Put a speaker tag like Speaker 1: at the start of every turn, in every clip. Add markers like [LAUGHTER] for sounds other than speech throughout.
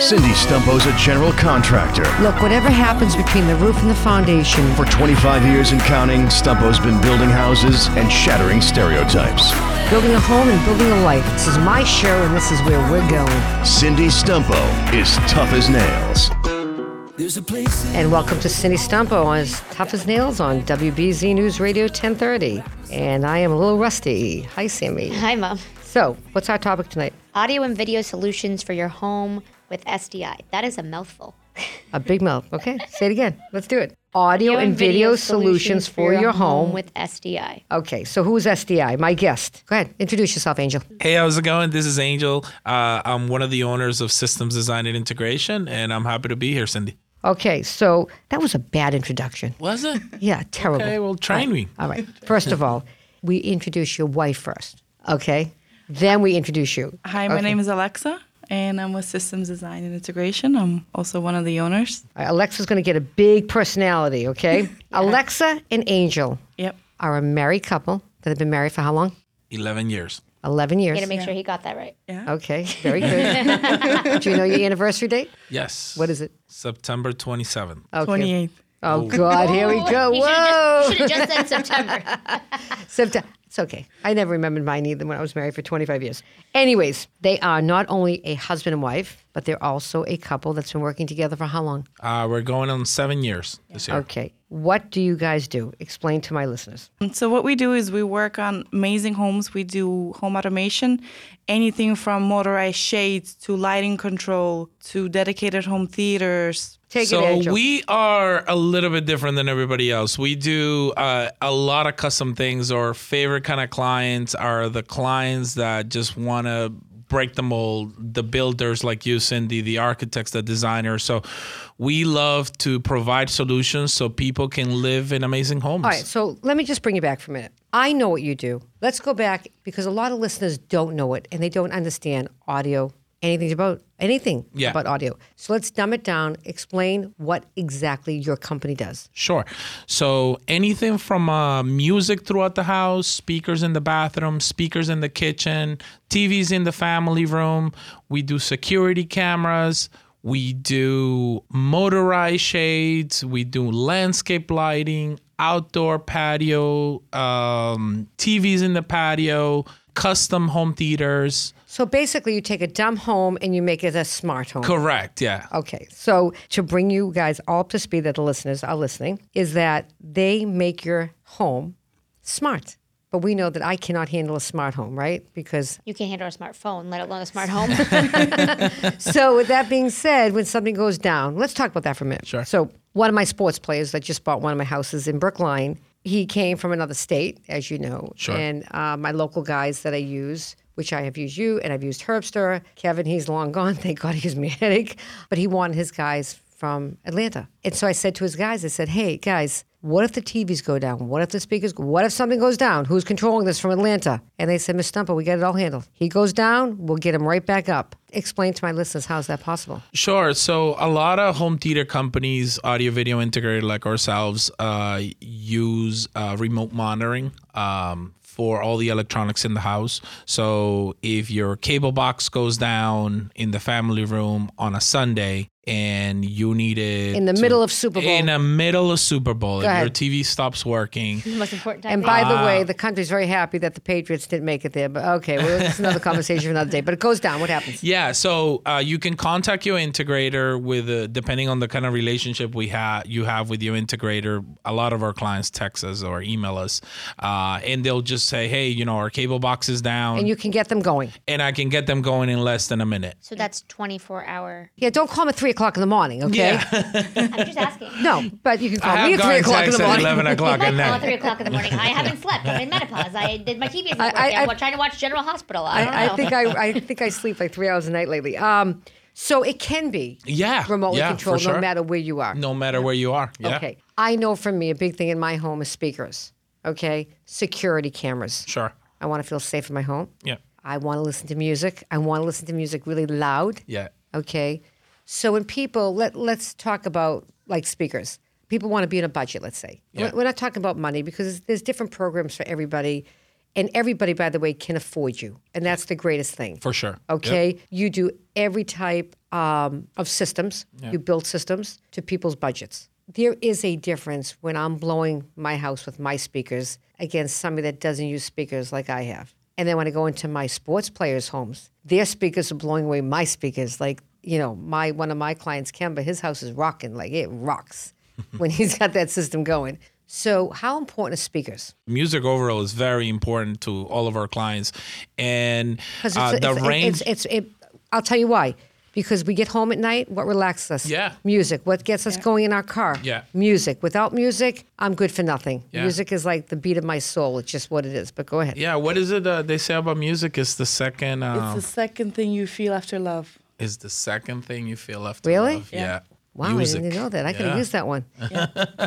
Speaker 1: Cindy Stumpo's a general contractor.
Speaker 2: Look, whatever happens between the roof and the foundation,
Speaker 1: For 25 years and counting, Stumpo's been building houses and shattering stereotypes.
Speaker 2: building a home and building a life. This is my show, and this is where we're going.
Speaker 1: Cindy Stumpo is tough as nails.
Speaker 2: And welcome to Cindy Stumpo on as Tough as Nails on WBZ News Radio 1030. And I am a little rusty. Hi, Sammy.
Speaker 3: Hi, Mom.
Speaker 2: So, what's our topic tonight?
Speaker 3: Audio and video solutions for your home with SDI. That is a mouthful.
Speaker 2: A big mouth. Okay, say it again. Let's do it. Audio, and video, solutions for your home.
Speaker 3: with SDI.
Speaker 2: Okay, so who's SDI? My guest. Go ahead. Introduce yourself, Angel.
Speaker 4: Hey, how's it going? This is Angel. Uh, I'm one of the owners of Systems Design and Integration, and I'm happy to be here, Cindy.
Speaker 2: Okay, so that was a bad introduction.
Speaker 4: Was it?
Speaker 2: Yeah, terrible.
Speaker 4: Okay, well, train me.
Speaker 2: All right. [LAUGHS] First of all, we introduce your wife first, okay? Then we introduce you.
Speaker 5: Hi, my name is Alexa, and I'm with Systems Design and Integration. I'm also one of the owners.
Speaker 2: All right, Alexa's going to get a big personality, okay? Alexa and Angel
Speaker 5: Yep.
Speaker 2: are a married couple that have been married for how long?
Speaker 4: 11 years.
Speaker 2: 11
Speaker 3: I'm
Speaker 2: years.
Speaker 3: gonna make sure he got that right.
Speaker 2: Okay, very good. Do you know your anniversary date?
Speaker 4: Yes.
Speaker 2: What is it?
Speaker 4: September 27th.
Speaker 2: Okay.
Speaker 5: 28th.
Speaker 2: Oh, God, here we
Speaker 3: [LAUGHS]
Speaker 2: go. Whoa.
Speaker 3: Should have just said September.
Speaker 2: September. It's okay. I never remembered mine either when I was married for 25 years. Anyways, they are not only a husband and wife, but they're also a couple that's been working together for how long?
Speaker 4: Uh, we're going on seven years this year.
Speaker 2: Okay. What do you guys do? Explain to my listeners.
Speaker 5: So what we do is we work on amazing homes. We do home automation, anything from motorized shades to lighting control to dedicated home theaters.
Speaker 2: Take
Speaker 4: so
Speaker 2: it, Angel.
Speaker 4: we are a little bit different than everybody else. We do uh, a lot of custom things. Our favorite kind of clients are the clients that just want to break the mold. The builders like you, Cindy, the architects, the designers. So we love to provide solutions so people can live in amazing homes.
Speaker 2: All right. So let me just bring you back for a minute. I know what you do. Let's go back because a lot of listeners don't know it and they don't understand audio, anything about anything
Speaker 4: Yeah.
Speaker 2: about audio. So let's dumb it down. Explain what exactly your company does.
Speaker 4: Sure. So anything from uh, music throughout the house, speakers in the bathroom, speakers in the kitchen, TVs in the family room. We do security cameras. We do motorized shades. We do landscape lighting, outdoor patio, um, TVs in the patio, custom home theaters.
Speaker 2: So basically, you take a dumb home and you make it a smart home.
Speaker 4: Correct. Yeah.
Speaker 2: Okay, so to bring you guys all up to speed that the listeners are listening, is that they make your home smart. But we know that I cannot handle a smart home, right? Because
Speaker 3: [LAUGHS] You can't handle a smartphone, let alone a smart home.
Speaker 2: [LAUGHS] so, with that being said, when something goes down, let's talk about that for a minute. Sure. So, one of my sports players that just bought one of my houses in Brookline, he came from another state, as you know. Sure. And uh, my local guys that I use, which I have used you and I've used Herbster, Kevin, he's long gone. [LAUGHS] Thank God he's manic. But he wanted his guys from Atlanta. And so I said to his guys, I said, hey, guys, what if the TVs go down? What if the speakers? What if something goes down? Who's controlling this from Atlanta? And they said, Miss Stumper, we got it all handled. He goes down, we'll get him right back up. Explain to my listeners how is that possible?
Speaker 4: Sure. So a lot of home theater companies, audio video integrated like ourselves, uh, use uh, remote monitoring um, for all the electronics in the house. So if your cable box goes down in the family room on a Sunday and you need it
Speaker 2: In the
Speaker 4: to-
Speaker 2: middle of Super Bowl.
Speaker 4: in the middle of Super Bowl, if your
Speaker 2: ahead.
Speaker 4: TV stops working,
Speaker 3: the most important time.
Speaker 2: And by the way, the country's very happy that the Patriots didn't make it there. But okay, well, it's
Speaker 4: [LAUGHS]
Speaker 2: another conversation for another day. But it goes down. What happens?
Speaker 4: Yeah, so uh, you can contact your integrator with uh depending on the kind of relationship we have you have with your integrator. A lot of our clients text us or email us, uh, and they'll just say, "Hey, you know, our cable box is down,
Speaker 2: And
Speaker 4: and,
Speaker 2: you can get them going.
Speaker 4: I can get them going in less than a minute."
Speaker 3: so that's 24 hour.
Speaker 2: Yeah, don't call them at three o'clock in the morning, okay?
Speaker 3: I'm just asking.
Speaker 2: No, but you can
Speaker 4: I
Speaker 2: call me
Speaker 4: have
Speaker 2: at three o'clock
Speaker 4: gotten
Speaker 2: in
Speaker 4: texts
Speaker 2: the
Speaker 4: at
Speaker 2: morning. [LAUGHS]
Speaker 4: eleven o'clock
Speaker 3: I
Speaker 4: at
Speaker 3: call at
Speaker 4: night.
Speaker 3: three o'clock in the morning. I haven't slept. I'm in menopause. I did my TV isn't
Speaker 2: I-
Speaker 3: working. I,
Speaker 2: I-
Speaker 3: am trying to watch General Hospital. I don't know.
Speaker 2: I, I think I, I think I sleep like three hours a night lately. Um, So it can be
Speaker 4: Yeah,
Speaker 2: remotely
Speaker 4: yeah, for
Speaker 2: controlled
Speaker 4: sure.
Speaker 2: no matter where you are.
Speaker 4: no matter where you are. Yeah.
Speaker 2: Okay. I know for me, a big thing in my home is speakers. Okay. Security cameras.
Speaker 4: Sure.
Speaker 2: I want to feel safe in my home.
Speaker 4: Yeah.
Speaker 2: I want to listen to music. I want to listen to music really loud.
Speaker 4: Yeah.
Speaker 2: Okay. So when people let let's talk about like speakers. People want to be in a budget, let's say.
Speaker 4: Yeah.
Speaker 2: We're- We're not talking about money because there's different programs for everybody. And everybody, by the way, can afford you. And that's the greatest thing.
Speaker 4: For sure.
Speaker 2: Okay. You do every type um, of systems. You build systems to people's budgets. There is a difference when I'm blowing my house with my speakers against somebody that doesn't use speakers like I have. And then when I go into my sports players' homes, their speakers are blowing away my speakers. Like, you know, my one of my clients, Kemba, his house is rocking, like it rocks when he's got that system going. So how important are speakers?
Speaker 4: Music overall is very important to all of our clients, and
Speaker 2: Because
Speaker 4: uh, the range.
Speaker 2: It's, it's, it, I'll tell you why. Because we get home at night, what relaxes us?
Speaker 4: Yeah.
Speaker 2: Music. What gets us going in our car?
Speaker 4: Yeah.
Speaker 2: Music. Without music, I'm good for nothing.
Speaker 4: Yeah.
Speaker 2: Music is like the beat of my soul. It's just what it is. But go ahead.
Speaker 4: yeah, what is it uh, they say about music? Is the second
Speaker 5: It's
Speaker 4: uh,
Speaker 5: the second thing you feel after love.
Speaker 4: is the second thing you feel left.
Speaker 2: Really?
Speaker 4: Love. Yeah.
Speaker 2: Wow,
Speaker 4: Music.
Speaker 2: I didn't know that. I could have
Speaker 4: Yeah. [LAUGHS]
Speaker 2: used that one.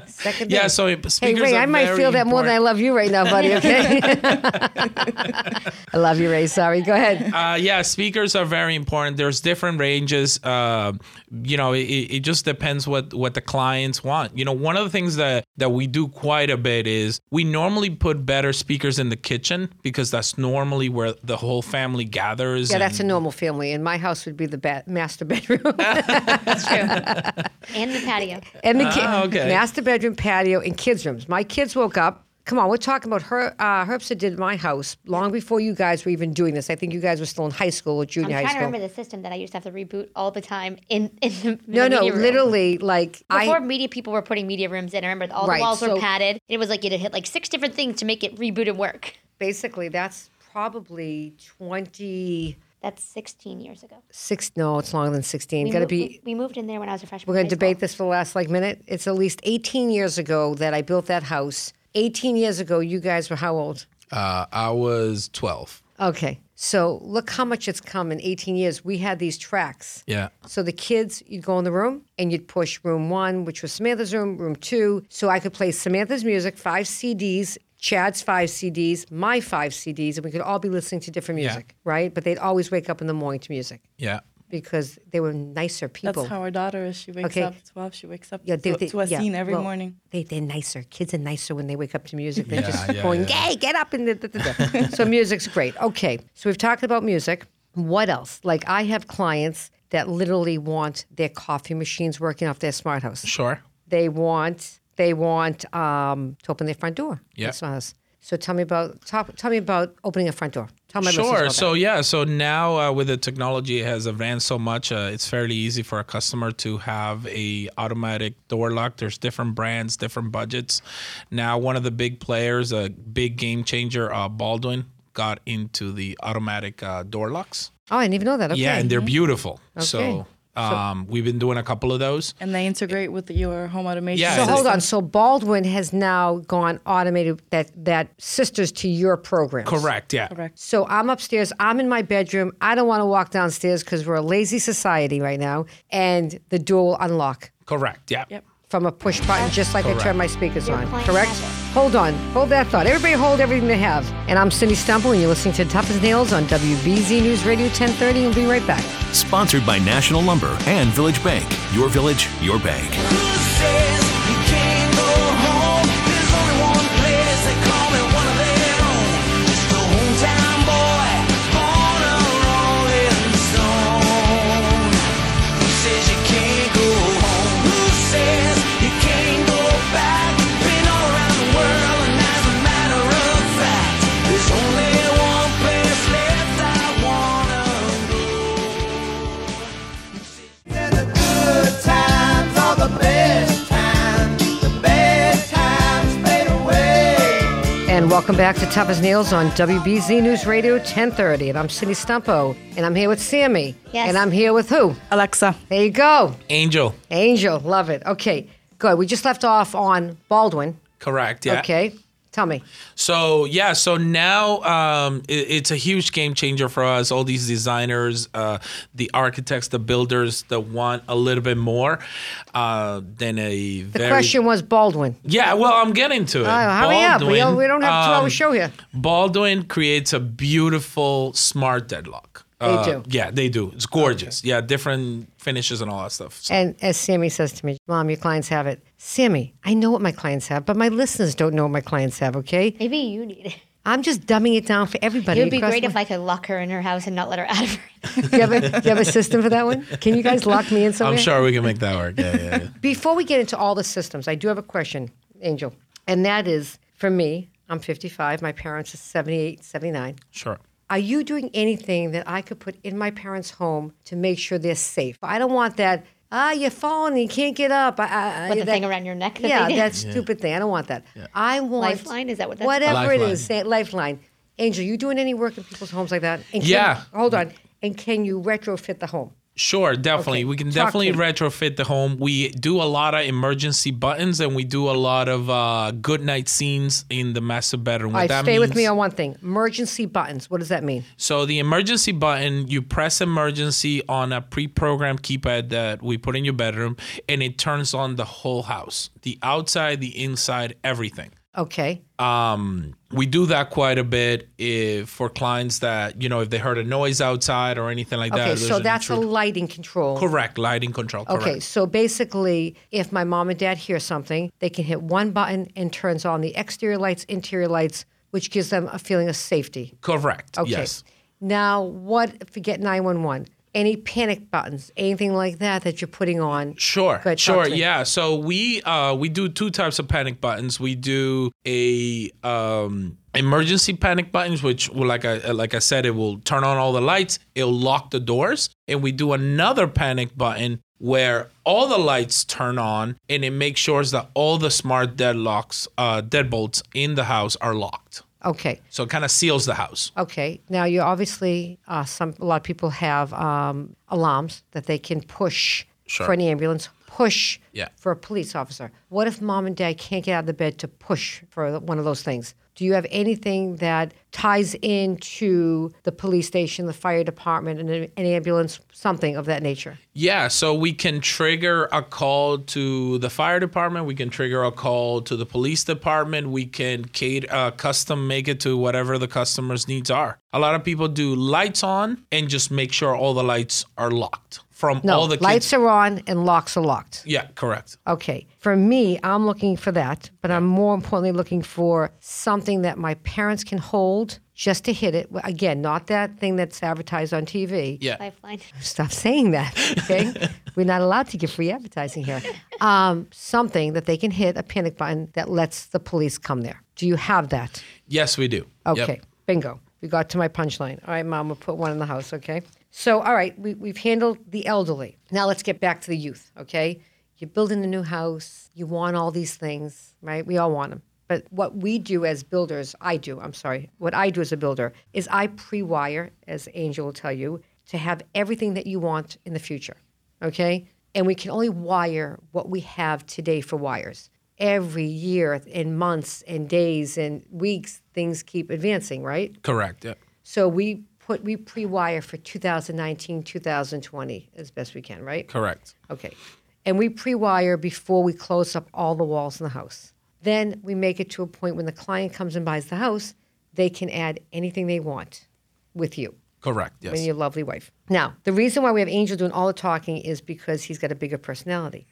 Speaker 2: Second
Speaker 4: Yeah,
Speaker 2: day.
Speaker 4: so it-
Speaker 2: Hey,
Speaker 4: speakers
Speaker 2: Ray,
Speaker 4: are
Speaker 2: I might
Speaker 4: very
Speaker 2: feel that more than I
Speaker 4: important.
Speaker 2: love you right now, buddy,
Speaker 4: [LAUGHS]
Speaker 2: okay? [LAUGHS] I love you, Ray. Sorry. Go ahead.
Speaker 4: Uh, yeah, speakers are very important. There's different ranges. Uh, you know, it, it just depends what what the clients want. You know, one of the things that that we do quite a bit is we normally put better speakers in the kitchen because that's normally where the whole family gathers.
Speaker 2: Yeah,
Speaker 4: and-
Speaker 2: that's a normal family. And my house would be the ba- master bedroom. [LAUGHS]
Speaker 3: [LAUGHS] and the patio.
Speaker 2: and the ki-
Speaker 4: Ah, okay.
Speaker 2: master bedroom, patio, and kids' rooms. My kids woke up. Come on, we're talking about her. Uh, Herbsa did my house long before you guys were even doing this. I think you guys were still in high school or
Speaker 3: I'm
Speaker 2: junior
Speaker 3: trying
Speaker 2: high
Speaker 3: to
Speaker 2: school.
Speaker 3: remember the system that I used to have to reboot all the time in, in the
Speaker 2: no,
Speaker 3: the
Speaker 2: no,
Speaker 3: media room.
Speaker 2: literally, like
Speaker 3: Before
Speaker 2: I.
Speaker 3: media people were putting media rooms in, I remember all
Speaker 2: Right,
Speaker 3: the walls
Speaker 2: so-
Speaker 3: were padded. It was like you had to hit like six different things to make it reboot and work.
Speaker 2: Basically, that's probably twenty
Speaker 3: That's 16 years ago.
Speaker 2: six. No, it's longer than sixteen.
Speaker 3: We
Speaker 2: Got to
Speaker 3: moved-
Speaker 2: be.
Speaker 3: We, we moved in there when I was a freshman.
Speaker 2: We're going
Speaker 3: in
Speaker 2: to
Speaker 3: high school.
Speaker 2: debate this for the last like minute. It's at least eighteen years ago that I built that house. Eighteen years ago, you guys were how old?
Speaker 4: Uh, I was 12.
Speaker 2: Okay, so look how much it's come in eighteen years. We had these tracks.
Speaker 4: Yeah.
Speaker 2: So the kids, you'd go in the room and you'd push room one, which was Samantha's room, room two. So I could play Samantha's music, five CDs, Chad's five CDs, my five CDs, and we could all be listening to different
Speaker 4: Yeah.
Speaker 2: music, right? But they'd always wake up in the morning to music
Speaker 4: Yeah.
Speaker 2: because they were nicer people.
Speaker 5: That's how our daughter is. She wakes
Speaker 2: Okay.
Speaker 5: up at 12. She wakes up
Speaker 2: Yeah, they-
Speaker 5: to,
Speaker 2: they-
Speaker 5: to a
Speaker 2: yeah,
Speaker 5: scene every
Speaker 2: well,
Speaker 5: morning.
Speaker 2: They, they're nicer. Kids are nicer when they wake up to music. They're
Speaker 4: Yeah,
Speaker 2: just
Speaker 4: yeah,
Speaker 2: going,
Speaker 4: yeah.
Speaker 2: yay, get up. And da, da, da, da. so [LAUGHS] music's great. Okay. So we've talked about music. What else? Like I have clients that literally want their coffee machines working off their smart house.
Speaker 4: Sure.
Speaker 2: They want they want um, to open their front door.
Speaker 4: Yeah.
Speaker 2: That's not us. So tell me about talk, tell me about opening a front door. Tell my listeners
Speaker 4: Sure.
Speaker 2: about
Speaker 4: So yeah. So now uh, with the technology, it has advanced so much. Uh, it's fairly easy for a customer to have a automatic door lock. There's different brands, different budgets. Now one of the big players, a big game changer, uh, Baldwin, got into the automatic uh, door locks.
Speaker 2: that. Oh, I didn't even know that. Okay. Mm-hmm.
Speaker 4: Yeah, and they're beautiful.
Speaker 2: Okay.
Speaker 4: So. Um, we've been doing a couple of those.
Speaker 5: And they integrate with your home automation.
Speaker 4: Yeah,
Speaker 2: so
Speaker 4: and
Speaker 2: hold
Speaker 4: it's-
Speaker 2: on. So Baldwin has now gone automated that that sisters to your program.
Speaker 4: Correct. Yeah.
Speaker 5: Correct.
Speaker 2: So I'm upstairs. I'm in my bedroom. I don't want to walk downstairs because we're a lazy society right now, and the door will unlock.
Speaker 4: Correct. Yeah.
Speaker 5: Yep.
Speaker 2: from a push button, just like I turn
Speaker 4: Correct.
Speaker 2: my speakers
Speaker 3: Your
Speaker 2: on.
Speaker 3: plan
Speaker 2: Correct?
Speaker 3: has it.
Speaker 2: Hold on. Hold that thought. Everybody hold everything they have. And I'm Cindy Stumble, and you're listening to Tough as Nails on WBZ News Radio 1030. We'll be right back.
Speaker 1: Sponsored by National Lumber and Village Bank. Your village, your bank.
Speaker 2: And welcome back to Tough as Nails on WBZ News Radio 1030. And I'm Cindy Stumpo, and I'm here with Sammy.
Speaker 3: Yes.
Speaker 2: And I'm here with who?
Speaker 5: Alexa.
Speaker 2: There you go.
Speaker 4: Angel.
Speaker 2: Angel. Love it. Okay. Good. We just left off on Baldwin.
Speaker 4: Correct. Yeah.
Speaker 2: Okay. Tell me.
Speaker 4: So yeah, so now um, it, it's a huge game changer for us. All these designers, uh, the architects, the builders that want a little bit more uh, than
Speaker 2: The
Speaker 4: a very
Speaker 2: question was Baldwin.
Speaker 4: Yeah, well, I'm getting to it. um,
Speaker 2: Uh, hurry up. We don't- we don't have two hour show here.
Speaker 4: Baldwin creates a beautiful smart deadlock. They
Speaker 2: do.
Speaker 4: Yeah, they do. It's gorgeous. Yeah, different finishes and all that stuff. So-
Speaker 2: And as Sammy says to me, Mom, your clients have it. Sammy, I know what my clients have, but my listeners don't know what my clients have, okay?
Speaker 3: Maybe you need it.
Speaker 2: I'm just dumbing it down for everybody.
Speaker 3: It would be
Speaker 2: across
Speaker 3: great
Speaker 2: my-
Speaker 3: if I could lock her in her house and not let her [LAUGHS] out of her.
Speaker 2: Do you, have a, do you have a system for that one? Can you guys lock me in somewhere?
Speaker 4: I'm sure we can make that work. Yeah, yeah, [LAUGHS] yeah.
Speaker 2: Before we get into all the systems, I do have a question, Angel. And that is for me, I'm 55, my parents are 78, 79.
Speaker 4: sure.
Speaker 2: Are you doing anything that I could put in my parents' home to make sure they're safe? I don't want that. Ah, you're falling. You can't get up. I, I, I-
Speaker 3: With the
Speaker 2: that-
Speaker 3: thing around your neck
Speaker 2: [LAUGHS]
Speaker 3: that
Speaker 2: yeah,
Speaker 3: they did.
Speaker 2: that stupid thing. I don't want that. I want
Speaker 3: Lifeline? Is that what that's
Speaker 2: whatever it
Speaker 4: Lifeline.
Speaker 2: is? Say, lifeline. Angel, you doing any work in people's homes like that? And can-
Speaker 4: Yeah.
Speaker 2: hold on. And can you retrofit the home?
Speaker 4: Sure, definitely.
Speaker 2: Okay,
Speaker 4: We can
Speaker 2: talk to
Speaker 4: definitely
Speaker 2: me.
Speaker 4: retrofit the home. We do a lot of emergency buttons and we do a lot of uh, good night scenes in the master bedroom. What
Speaker 2: All right,
Speaker 4: that
Speaker 2: stay with
Speaker 4: means-
Speaker 2: me on one thing. Emergency buttons. What does that mean?
Speaker 4: So the emergency button, you press emergency on a pre-programmed keypad that we put in your bedroom, and it turns on the whole house, the outside, the inside, everything.
Speaker 2: Okay.
Speaker 4: Um, we do that quite a bit if, for clients that you know if they heard a noise outside or anything like that.
Speaker 2: Okay,
Speaker 4: there's
Speaker 2: so
Speaker 4: an
Speaker 2: that's a
Speaker 4: intruder.
Speaker 2: lighting control.
Speaker 4: correct lighting control. Correct.
Speaker 2: Okay, so basically, if my mom and dad hear something, they can hit one button and turns on the exterior lights, interior lights, which gives them a feeling of safety.
Speaker 4: Correct.
Speaker 2: Okay.
Speaker 4: Yes.
Speaker 2: Now, what forget 911? Any panic buttons, anything like that that you're putting on?
Speaker 4: Sure.
Speaker 2: Go ahead, talk
Speaker 4: sure.
Speaker 2: to me.
Speaker 4: Yeah. So we uh, we do two types of panic buttons. We do a um, emergency panic buttons, which will, like I like I said, it will turn on all the lights, it'll lock the doors, and we do another panic button where all the lights turn on and it makes sure that all the smart deadlocks, uh, deadbolts in the house are locked.
Speaker 2: Okay,
Speaker 4: So it kind of seals the house.
Speaker 2: okay. Now you obviously uh, some a lot of people have um, alarms that they can push
Speaker 4: Sure.
Speaker 2: for an ambulance, push
Speaker 4: Yeah.
Speaker 2: for a police officer. What if mom and dad can't get out of the bed to push for one of those things? Do you have anything that ties into the police station, the fire department, and an an ambulance, something of that nature?
Speaker 4: Yeah, so we can trigger a call to the fire department. We can trigger a call to the police department. We can cater, uh, custom make it to whatever the customer's needs are. A lot of people do lights on and just make sure all the lights are locked from
Speaker 2: No,
Speaker 4: all the
Speaker 2: lights
Speaker 4: kids.
Speaker 2: are on and locks are locked.
Speaker 4: yeah, correct.
Speaker 2: Okay. For me, I'm looking for that, but I'm more importantly looking for something that my parents can hold just to hit it. Well, Again, not that thing that's advertised on TV.
Speaker 4: Yeah.
Speaker 3: [LAUGHS] Lifeline.
Speaker 2: Stop saying that, okay? We're not allowed to give free advertising here. Um, something that they can hit a panic button that lets the police come there. Do you have that?
Speaker 4: Yes, we do. Yep.
Speaker 2: Okay, bingo. We got to my punchline. All right, mom, we'll put one in the house, okay? So, all right, we, we've handled the elderly. Now let's get back to the youth, okay? You're building a new house, you want all these things, right? We all want them. But what we do as builders, I do, I'm sorry, what I do as a builder is I pre wire, as Angel will tell you, to have everything that you want in the future, okay? And we can only wire what we have today for wires every year in months and days and weeks things keep advancing right
Speaker 4: Correct. Yep.
Speaker 2: so we put we pre-wire for 2019 2020 as best we can right
Speaker 4: Correct.
Speaker 2: okay and we pre-wire before we close up all the walls in the house then we make it to a point when the client comes and buys the house they can add anything they want with you
Speaker 4: Correct. Yes.
Speaker 2: and your lovely wife. Now, the reason why we have Angel doing all the talking is because he's got a bigger personality.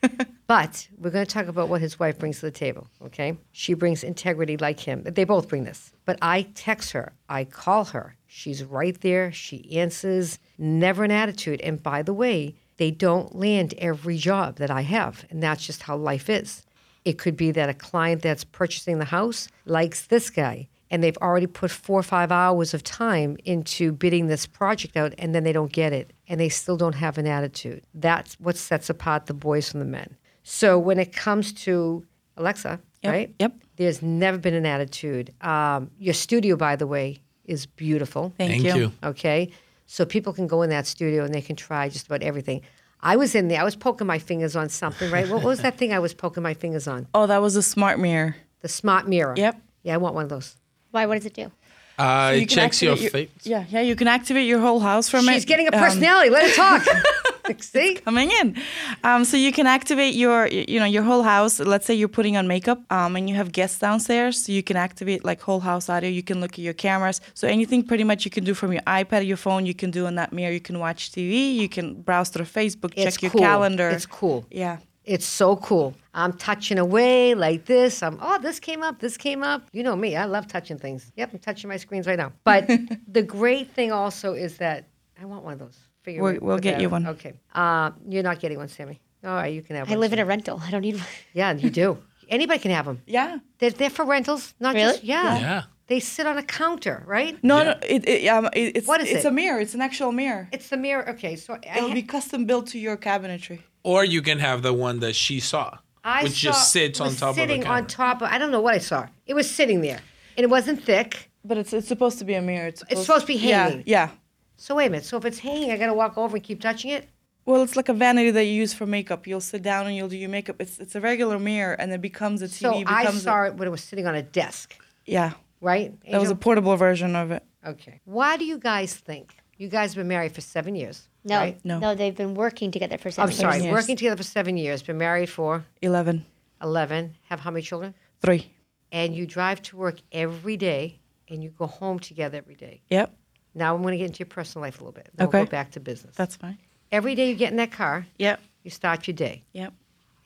Speaker 2: but we're going to talk about what his wife brings to the table, okay? She brings integrity like him. They both bring this. But I text her, I call her. She's right there. She answers, never an attitude. And by the way, they don't land every job that I have. And that's just how life is. It could be that a client that's purchasing the house likes this guy and they've already put four or five hours of time into bidding this project out and then they don't get it and they still don't have an attitude. That's what sets apart the boys from the men. So when it comes to Alexa, right?
Speaker 5: yep.
Speaker 2: There's never been an attitude. Um, your studio, by the way, is beautiful.
Speaker 5: Thank,
Speaker 4: Thank you.
Speaker 2: Okay. So people can go in that studio and they can try just about everything. I was in there, I was poking my fingers on something, right? what was that thing I was poking my fingers on?
Speaker 5: Oh, that was a smart mirror.
Speaker 2: The smart mirror.
Speaker 5: Yep.
Speaker 2: Yeah, I want one of those.
Speaker 3: Why? What does it do?
Speaker 4: Uh,
Speaker 5: You
Speaker 4: it
Speaker 5: can
Speaker 4: checks your
Speaker 5: activate
Speaker 4: face.
Speaker 5: Yeah, yeah. You can activate your whole house from it.
Speaker 2: She's getting a
Speaker 5: um,
Speaker 2: personality. Let her
Speaker 5: [LAUGHS]
Speaker 2: talk. [LAUGHS] See?
Speaker 5: coming in. Um, so you can activate your, you know, your whole house. Let's say you're putting on makeup, um, and you have guests downstairs. So you can activate like whole house audio. You can look at your cameras. So anything pretty much you can do from your iPad, your phone, you can do on that mirror. You can watch TV. You can browse through Facebook,
Speaker 2: It's
Speaker 5: check your
Speaker 2: cool.
Speaker 5: calendar.
Speaker 2: It's cool.
Speaker 5: Yeah.
Speaker 2: It's so cool. I'm touching away like this. I'm, oh, this came up, this came up. You know me, I love touching things. Yep, I'm touching my screens right now.
Speaker 5: [LAUGHS]
Speaker 2: But the great thing also is that I want one of those. Figure
Speaker 5: We'll-
Speaker 2: it-
Speaker 5: we'll
Speaker 2: put
Speaker 5: get
Speaker 2: that
Speaker 5: you
Speaker 2: out.
Speaker 5: one.
Speaker 2: Okay. Uh, you're not getting one, Sammy. All right, you can have
Speaker 3: I
Speaker 2: one.
Speaker 3: live in a rental. I don't need one.
Speaker 2: Yeah, you do. Anybody can have them.
Speaker 5: Yeah.
Speaker 2: They're, they're for rentals, not
Speaker 3: Really?
Speaker 2: just, yeah.
Speaker 4: Yeah.
Speaker 2: They sit on a counter, right?
Speaker 5: No, no. It, it, um, it, it's
Speaker 2: What is
Speaker 5: it's
Speaker 2: it?
Speaker 5: a mirror. It's an actual mirror.
Speaker 2: It's the mirror. Okay, so I
Speaker 5: It'll
Speaker 2: ha-
Speaker 5: be custom built to your cabinetry.
Speaker 4: Or you can have the one that she saw,
Speaker 2: I
Speaker 4: which
Speaker 2: saw,
Speaker 4: just sits
Speaker 2: was
Speaker 4: on top
Speaker 2: sitting
Speaker 4: of the camera.
Speaker 2: on top of, I don't know what I saw. It was sitting there, and it wasn't thick.
Speaker 5: But it's it's supposed to be a mirror. It's supposed,
Speaker 2: supposed to be
Speaker 5: yeah,
Speaker 2: hanging.
Speaker 5: Yeah.
Speaker 2: So wait a minute. So if it's hanging, I gotta walk over and keep touching it.
Speaker 5: Well, it's like a vanity that you use for makeup. You'll sit down and you'll do your makeup. It's it's a regular mirror, and it becomes a TV.
Speaker 2: So I
Speaker 5: becomes a-
Speaker 2: saw it when it was sitting on a desk,
Speaker 5: yeah,
Speaker 2: right?
Speaker 5: that was a portable version of it.
Speaker 2: okay. Why do you guys think you guys have been married for seven years?
Speaker 3: No,
Speaker 2: right?
Speaker 5: No.
Speaker 3: no. They've been working together for seven
Speaker 2: I'm sorry.
Speaker 3: years.
Speaker 5: years.
Speaker 2: Working together for seven years, been married for
Speaker 5: Eleven,
Speaker 2: eleven. Have how many children?
Speaker 5: three.
Speaker 2: And you drive to work every day, and you go home together every day.
Speaker 5: Yep,
Speaker 2: Now I'm going to get into your personal life a little bit. Then We'll
Speaker 5: Okay.
Speaker 2: go back to business.
Speaker 5: that's fine.
Speaker 2: every day you get in that car,
Speaker 5: Yep,
Speaker 2: you start your day.
Speaker 5: yep.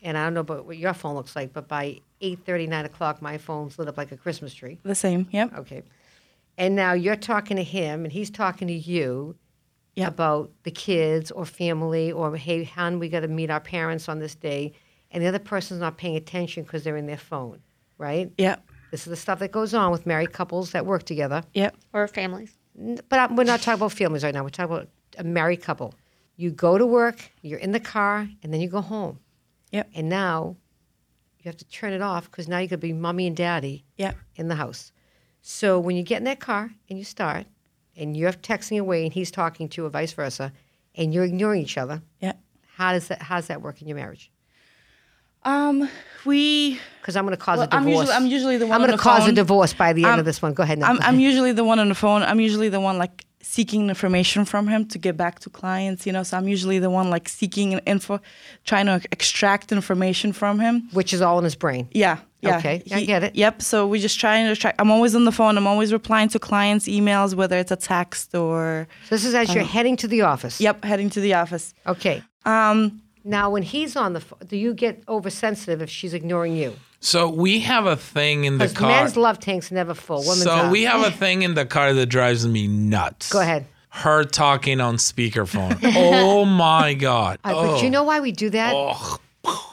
Speaker 2: And I don't know about what your phone looks like, but by 8.30, 9 o'clock, my phone's lit up like a Christmas tree.
Speaker 5: The same. Yep.
Speaker 2: Okay. And now you're talking to him and he's talking to you
Speaker 5: Yeah.
Speaker 2: about the kids or family or, hey, hon, we got to meet our parents on this day. And the other person's not paying attention because they're in their phone, right?
Speaker 5: Yep.
Speaker 2: This is the stuff that goes on with married couples that work together.
Speaker 5: Yep.
Speaker 3: Or families.
Speaker 2: N- But I- we're not talking about families right now. We're talking about a married couple. You go to work, you're in the car, and then you go home.
Speaker 5: Yep.
Speaker 2: And now you have to turn it off because now you could be mommy and daddy
Speaker 5: Yep.
Speaker 2: in the house. So when you get in that car and you start, and you're texting away and he's talking to you, or vice versa, and you're ignoring each other,
Speaker 5: Yep.
Speaker 2: how does that how does that work in your marriage?
Speaker 5: Um, we
Speaker 2: Because I'm going to cause
Speaker 5: Well,
Speaker 2: a
Speaker 5: I'm
Speaker 2: divorce.
Speaker 5: usually- I'm usually the one
Speaker 2: I'm
Speaker 5: on
Speaker 2: gonna
Speaker 5: the
Speaker 2: cause a
Speaker 5: phone.
Speaker 2: divorce by the end
Speaker 5: Um,
Speaker 2: of this one. Go ahead. Now.
Speaker 5: I'm,
Speaker 2: [LAUGHS]
Speaker 5: I'm usually the one on the phone. I'm usually the one like seeking information from him to get back to clients, you know. So I'm usually the one like seeking info, trying to extract information from him.
Speaker 2: Which is all in his brain.
Speaker 5: Yeah. Yeah.
Speaker 2: Okay, I get it.
Speaker 5: Yep. So we just trying to try. I'm always on the phone. I'm always replying to clients' emails, whether it's a text or
Speaker 2: So this is as
Speaker 5: Uh-huh.
Speaker 2: you're heading to the office.
Speaker 5: yep, heading to the office.
Speaker 2: Okay.
Speaker 5: Um,
Speaker 2: Now, when he's on the phone, do you get oversensitive if she's ignoring you?
Speaker 4: So we have a thing in the
Speaker 2: Because
Speaker 4: car.
Speaker 2: men's love tank's never full. Women's
Speaker 4: so
Speaker 2: aren't.
Speaker 4: we have a thing in the car that drives me nuts.
Speaker 2: Go ahead.
Speaker 4: Her talking
Speaker 2: [LAUGHS]
Speaker 4: on speakerphone. oh my god.
Speaker 2: Uh,
Speaker 4: oh.
Speaker 2: But you know why we do that?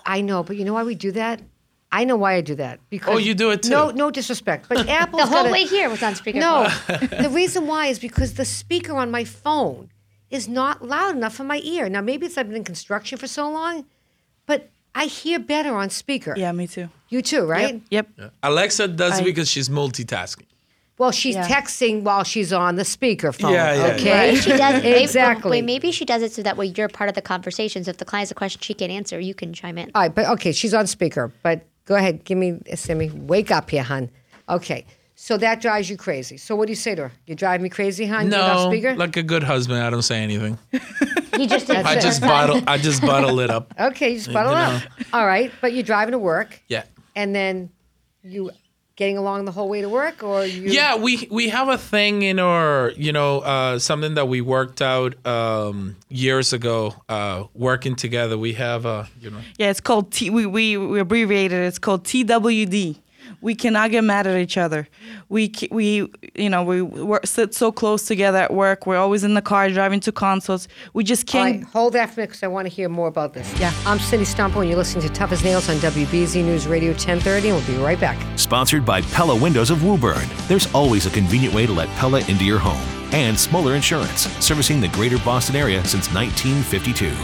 Speaker 2: I know, but you know why we do that? I know why I do that. Because
Speaker 4: Oh, you do it too.
Speaker 2: No, no disrespect,
Speaker 4: [LAUGHS]
Speaker 2: but Apple
Speaker 3: The whole
Speaker 2: gotta,
Speaker 3: way here was on speakerphone.
Speaker 2: [LAUGHS] No, the reason why is because the speaker on my phone is not loud enough for my ear. Now maybe it's I've been in construction for so long, but I hear better on speaker.
Speaker 5: yeah, me too.
Speaker 2: You too, right?
Speaker 5: Yep.
Speaker 4: Alexa does
Speaker 5: I-
Speaker 4: it because she's multitasking.
Speaker 2: Well, she's
Speaker 5: Yeah.
Speaker 2: texting while she's on the speakerphone.
Speaker 4: Yeah, yeah, yeah.
Speaker 2: okay.
Speaker 3: Maybe she [LAUGHS] does maybe-
Speaker 2: exactly.
Speaker 3: wait, maybe she does it so that way you're part of the conversation. So if the client has a question she can't answer, you can chime in.
Speaker 2: All right, but okay, she's on speaker. But go ahead, give me Sammy. Wake up here, hon. Okay. So that drives you crazy. So what do you say to her? You drive me crazy, hon? You're not
Speaker 4: No,
Speaker 2: speaker?
Speaker 4: like a good husband, I don't say
Speaker 2: [LAUGHS]
Speaker 4: anything.
Speaker 3: He just did
Speaker 4: I
Speaker 3: it.
Speaker 4: just bottle. I just bottle it
Speaker 2: [LAUGHS]
Speaker 4: up.
Speaker 2: okay, you just bottle
Speaker 4: You
Speaker 2: up. All right, but you're driving to work
Speaker 4: Yeah.
Speaker 2: and then you getting along the whole way to work or you
Speaker 4: Yeah, we we have a thing in our, you know, uh, something that we worked out um, years ago, uh, working together. We have, uh, you know,
Speaker 5: Yeah, it's called T. We we, we abbreviated. it. It's called TWD. We cannot get mad at each other. We ca- we you know we work, sit so close together at work. We're always in the car driving to concerts. We just
Speaker 2: All
Speaker 5: can't.
Speaker 2: right, hold that for me because I want to hear more about this.
Speaker 5: Yeah.
Speaker 2: I'm Cindy Stumpo, and you're listening to Tough as Nails on WBZ News Radio 1030, and we'll be right back.
Speaker 6: Sponsored by Pella Windows of Woburn. There's always a convenient way to let Pella into your home. And Smoller Insurance, servicing the greater Boston area since 1952.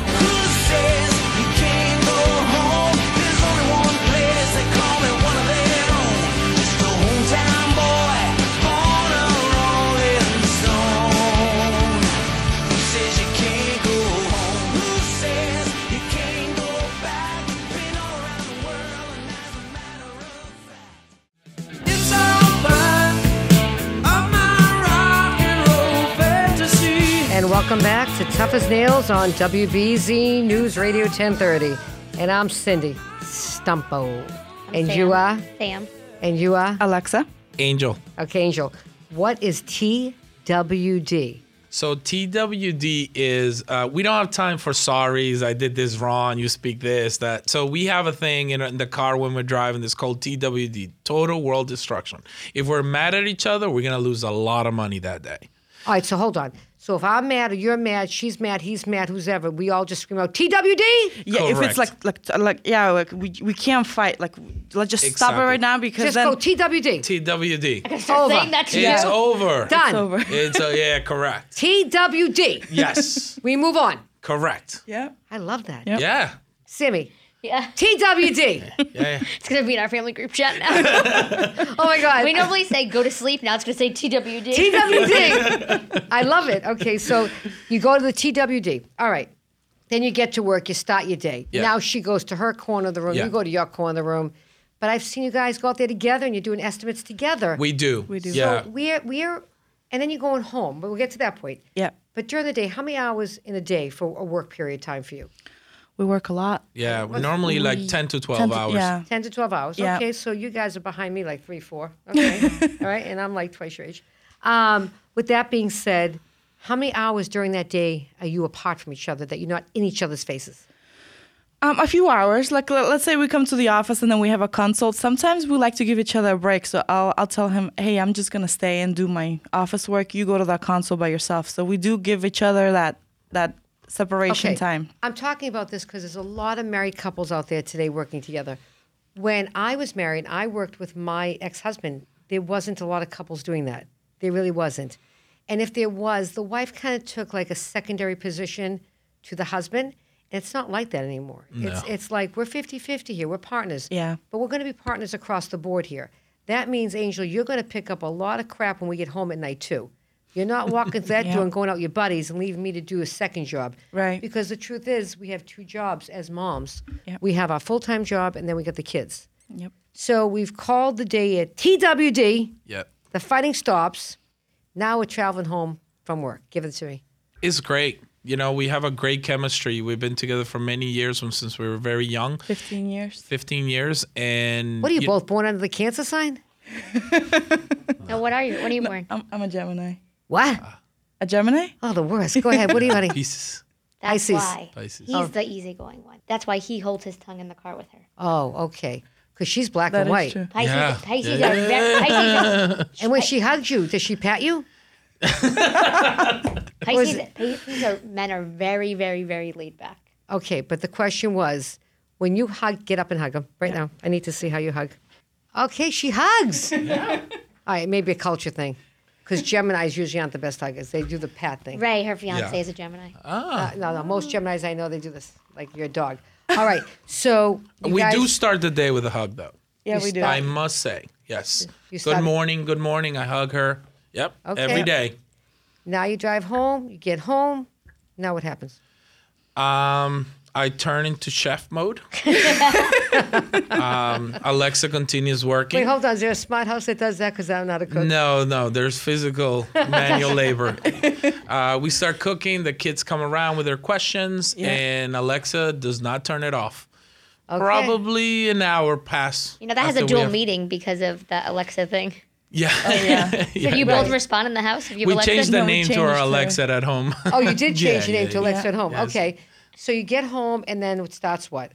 Speaker 7: It's all
Speaker 2: Welcome back to Tough as Nails on WBZ News Radio 1030. And I'm Cindy Stumpo.
Speaker 3: I'm
Speaker 2: and
Speaker 3: Sam.
Speaker 2: you are?
Speaker 3: Sam.
Speaker 2: And you are?
Speaker 5: Alexa.
Speaker 4: Angel.
Speaker 2: Okay, Angel. What is TWD?
Speaker 4: So TWD is uh, we don't have time for sorries. I did this wrong. You speak this that. So we have a thing in, in the car when we're driving. It's called TWD, total world destruction. If we're mad at each other, we're gonna lose a lot of money that day.
Speaker 2: All right, so hold on. So if I'm mad or you're mad, she's mad, he's mad, who's ever, we all just scream out, TWD?
Speaker 5: Yeah, if
Speaker 4: Correct.
Speaker 5: it's like like like yeah, like we, we can't fight. Like let's just stop it
Speaker 4: Exactly.
Speaker 5: right now
Speaker 2: Just
Speaker 5: because then
Speaker 2: go TWD.
Speaker 4: TWD.
Speaker 2: Over.
Speaker 3: Saying that to
Speaker 4: It's
Speaker 3: you.
Speaker 4: over.
Speaker 2: Done.
Speaker 5: over.
Speaker 4: It's uh, yeah, correct.
Speaker 2: [LAUGHS] TWD.
Speaker 4: Yes,
Speaker 2: We move on.
Speaker 4: correct.
Speaker 5: Yeah.
Speaker 2: I love that.
Speaker 4: Yeah.
Speaker 2: Sammy,
Speaker 3: Yeah.
Speaker 2: TWD.
Speaker 4: Yeah.
Speaker 3: It's gonna be in our family group chat [LAUGHS] now.
Speaker 2: [LAUGHS] Oh my God.
Speaker 3: we normally say go to sleep. Now it's gonna say TWD.
Speaker 2: TWD. [LAUGHS] I love it. Okay, so you go to the TWD. All right. Then you get to work, you start your day.
Speaker 4: Yeah.
Speaker 2: Now she goes to her corner of the room,
Speaker 4: Yeah.
Speaker 2: you go to your corner of the room. But I've seen you guys go out there together and you're doing estimates together.
Speaker 4: We do. We
Speaker 5: do.
Speaker 4: Yeah.
Speaker 2: we're, we're, and then you're going home, but we'll get to that point.
Speaker 5: Yeah.
Speaker 2: But during the day, how many hours in a day for a work period time for you?
Speaker 5: We work a lot.
Speaker 4: yeah. Normally like ten to twelve
Speaker 5: 10 to-
Speaker 4: hours.
Speaker 5: Yeah.
Speaker 2: 10 to 12 hours.
Speaker 5: Yeah.
Speaker 2: Okay, so you guys are behind me like three, four.
Speaker 5: [LAUGHS]
Speaker 2: Okay. All right, and I'm like twice your age. Um, with that being said, how many hours during that day are you apart from each other that you're not in each other's faces?
Speaker 5: Um, a few hours. Like le- let's say we come to the office and then we have a consult. Sometimes we like to give each other a break. So I'll I'll tell him, hey, I'm just gonna stay and do my office work. You go to that consult by yourself. So we do give each other that that separation
Speaker 2: Okay.
Speaker 5: time.
Speaker 2: I'm talking about this because there's a lot of married couples out there today working together. When I was married, I worked with my ex husband. There wasn't a lot of couples doing that. There really wasn't. And if there was, the wife kind of took like a secondary position to the husband. And it's not like that anymore. It's, it's like we're 50 50 here, we're partners.
Speaker 5: Yeah.
Speaker 2: But we're going to be partners across the board here. That means, Angel, you're going to pick up a lot of crap when we get home at night, too. You're not walking [LAUGHS] to that door and going out with your buddies and leaving me to do a second job.
Speaker 5: Right.
Speaker 2: Because the truth is, we have two jobs as moms.
Speaker 5: Yep.
Speaker 2: We have our full time job, and then we got the kids.
Speaker 5: Yep.
Speaker 2: So we've called the day at TWD.
Speaker 4: Yeah.
Speaker 2: The fighting stops. Now we're traveling home from work. Give it to me.
Speaker 4: It's great. You know, we have a great chemistry. We've been together for many years from since we were very young,
Speaker 5: Fifteen years.
Speaker 4: 15 years. And
Speaker 2: What are you, both born under the cancer sign?
Speaker 3: No, what are you? What are you wearing?
Speaker 5: I'm I'm a Gemini.
Speaker 2: What?
Speaker 5: A Gemini?
Speaker 2: Oh, the worst. Go ahead. What are you, honey?
Speaker 4: Pieces.
Speaker 3: That's
Speaker 2: Pisces.
Speaker 3: why.
Speaker 4: Pisces.
Speaker 3: He's the easygoing one. That's why he holds his tongue in the car with her.
Speaker 2: Oh, okay. Because she's black
Speaker 5: That
Speaker 2: and
Speaker 5: is
Speaker 2: white.
Speaker 5: true.
Speaker 3: Pisces.
Speaker 4: Yeah.
Speaker 3: Pisces are very. Pisces [LAUGHS] are-
Speaker 2: And when she hugs you, does she pat you?
Speaker 3: Pisces, Pisces are men are very, very, very laid back.
Speaker 2: Okay, but the question was when you hug, get up and hug him right now. I need to see how you hug. Okay, she
Speaker 4: [LAUGHS]
Speaker 2: hugs. All right, maybe a culture thing. Because Geminis usually aren't the best huggers. They do the pat thing.
Speaker 3: Ray, her fiance
Speaker 4: Yeah.
Speaker 3: is a Gemini.
Speaker 2: Uh, no, no, most Geminis I know, they do this like your dog. All right, so. you
Speaker 4: we
Speaker 2: guys-
Speaker 4: do start the day with a hug, though.
Speaker 5: Yeah, we do.
Speaker 4: I must say, yes.
Speaker 2: You
Speaker 4: good
Speaker 2: start-
Speaker 4: morning. Good morning. I hug her. Yep.
Speaker 2: Okay.
Speaker 4: Every day.
Speaker 2: Now you drive home, you get home. Now what happens?
Speaker 4: Um, I turn into
Speaker 2: [LAUGHS]
Speaker 4: chef mode. um, Alexa continues working.
Speaker 2: Wait, hold on. Is there a smart house that does that? Because I'm not a cook.
Speaker 4: No, no, there's physical
Speaker 2: [LAUGHS]
Speaker 4: manual labor. Uh, we start cooking, the kids come around with their questions, and Alexa does not turn it off. Probably an hour pass.
Speaker 3: You know that has a
Speaker 4: after we
Speaker 3: dual
Speaker 4: have-
Speaker 3: meeting because of the Alexa thing.
Speaker 4: Yeah.
Speaker 2: Oh,
Speaker 4: [LAUGHS]
Speaker 3: Did you both respond in the house? If you have
Speaker 4: we
Speaker 3: Alexa?
Speaker 4: changed the
Speaker 5: No, we
Speaker 4: name to our
Speaker 5: changed her.
Speaker 4: Alexa at home.
Speaker 2: Oh, you did
Speaker 4: [LAUGHS] Yeah,
Speaker 2: change your name
Speaker 4: yeah,
Speaker 2: to Alexa
Speaker 5: yeah.
Speaker 2: at home. Okay, so you get home, and then it starts what?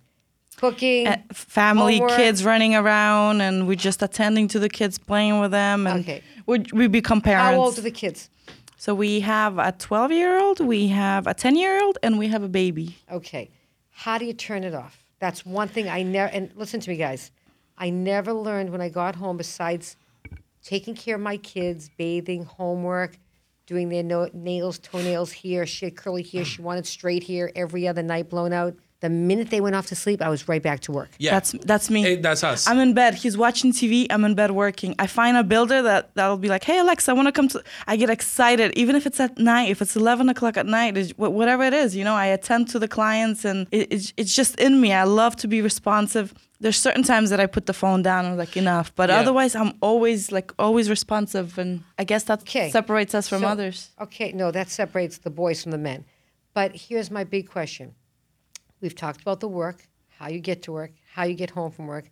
Speaker 2: Cooking.
Speaker 5: Uh, family,
Speaker 2: Homework.
Speaker 5: kids running around, and we're just attending to the kids, playing with them, and
Speaker 2: Okay.
Speaker 5: we, we become
Speaker 2: How
Speaker 5: parents.
Speaker 2: old are the kids?
Speaker 5: So we have a 12 year old, we have a 10 year old, and we have a baby.
Speaker 2: Okay. How do you turn it off? That's one thing I never, and listen to me, guys. I never learned when I got home, besides taking care of my kids, bathing, homework, doing their no- nails, toenails here. She had curly hair. She wanted straight hair every other night blown out. The minute they went off to sleep, I was right back to work.
Speaker 4: Yeah.
Speaker 5: That's that's me.
Speaker 4: It- that's us.
Speaker 5: I'm in bed. He's watching TV. I'm in bed working. I find a builder that that'll be like, "Hey Alexa, I want to come to." I get excited, even if it's at night, if it's 11 o'clock at night, it's- wh- whatever it is. You know, I attend to the clients, and it, it's it's just in me. I love to be responsive. There's certain times that I put the phone down. I'm like, enough. But
Speaker 4: Yeah.
Speaker 5: otherwise, I'm always like always responsive, and I guess that
Speaker 2: Okay.
Speaker 5: separates us from
Speaker 2: So-
Speaker 5: others.
Speaker 2: Okay, no, that separates the boys from the men. But here's my big question. We've talked about the work, how you get to work, how you get home from work,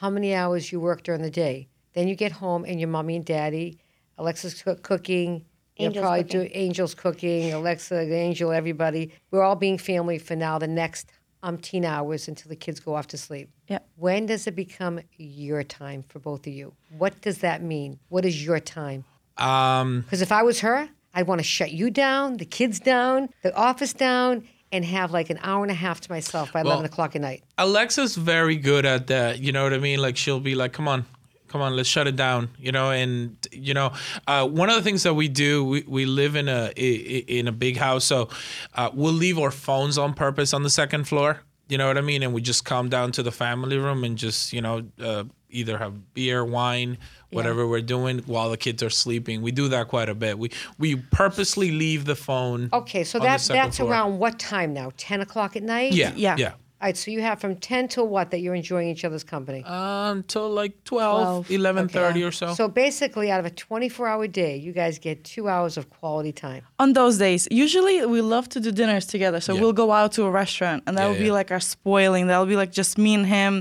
Speaker 2: how many hours you work during the day. Then you get home and your mommy and daddy, Alexa's cook- cooking, you're
Speaker 3: Angel's
Speaker 2: probably
Speaker 3: cooking.
Speaker 2: do Angel's cooking, Alexa, Angel, everybody. We're all being family for now the next umpteen hours until the kids go off to sleep.
Speaker 5: Yeah.
Speaker 2: When does it become your time for both of you? What does that mean? What is your time?
Speaker 4: Um,
Speaker 2: Because if I was her, I'd want to shut you down, the kids down, the office down, and have like an hour and a half to myself by 11 o'clock at night.
Speaker 4: Alexa's very good at that. You know what I mean? Like she'll be like, "Come on, come on, let's shut it down." You know, and you know, uh, one of the things that we do, we, we live in a i- i- in a big house, so uh, we'll leave our phones on purpose on the second floor. You know what I mean? And we just come down to the family room and just you know uh, either have beer, wine, whatever we're doing while the kids are sleeping. We do that quite a bit. We we purposely leave the phone.
Speaker 2: Okay, so
Speaker 4: on the
Speaker 2: that,
Speaker 4: second
Speaker 2: that's
Speaker 4: floor.
Speaker 2: around what time now? 10 o'clock at night?
Speaker 4: Yeah, yeah,
Speaker 5: Yeah.
Speaker 4: yeah.
Speaker 2: All right, so you have from 10 till what that you're enjoying each other's company?
Speaker 4: Until like 12, 11.30 Uh, or so.
Speaker 2: So basically, out of a 24 hour day, you guys get two hours of quality time.
Speaker 5: on those days usually we love to do dinners together so
Speaker 4: Yeah.
Speaker 5: we'll go out to a restaurant and that'll
Speaker 4: yeah.
Speaker 5: be like our spoiling that'll be like just me and him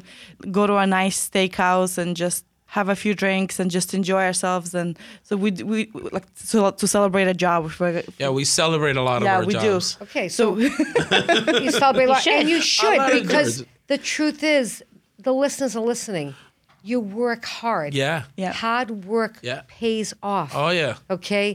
Speaker 5: go to a nice steakhouse and just have a few drinks and just enjoy ourselves and so we d- we we like to, to celebrate a job if we're,
Speaker 4: Yeah, we celebrate a lot
Speaker 5: yeah
Speaker 4: of our
Speaker 5: we
Speaker 4: jobs.
Speaker 5: do
Speaker 2: Okay, so
Speaker 4: [LAUGHS]
Speaker 2: you celebrate a lot. And you should,
Speaker 4: lot of
Speaker 2: because
Speaker 4: difference.
Speaker 2: the truth is, the listeners are listening. You work hard.
Speaker 4: Yeah.
Speaker 5: Yeah.
Speaker 2: Hard work
Speaker 4: Yeah.
Speaker 2: pays off.
Speaker 4: Oh yeah.
Speaker 2: Okay?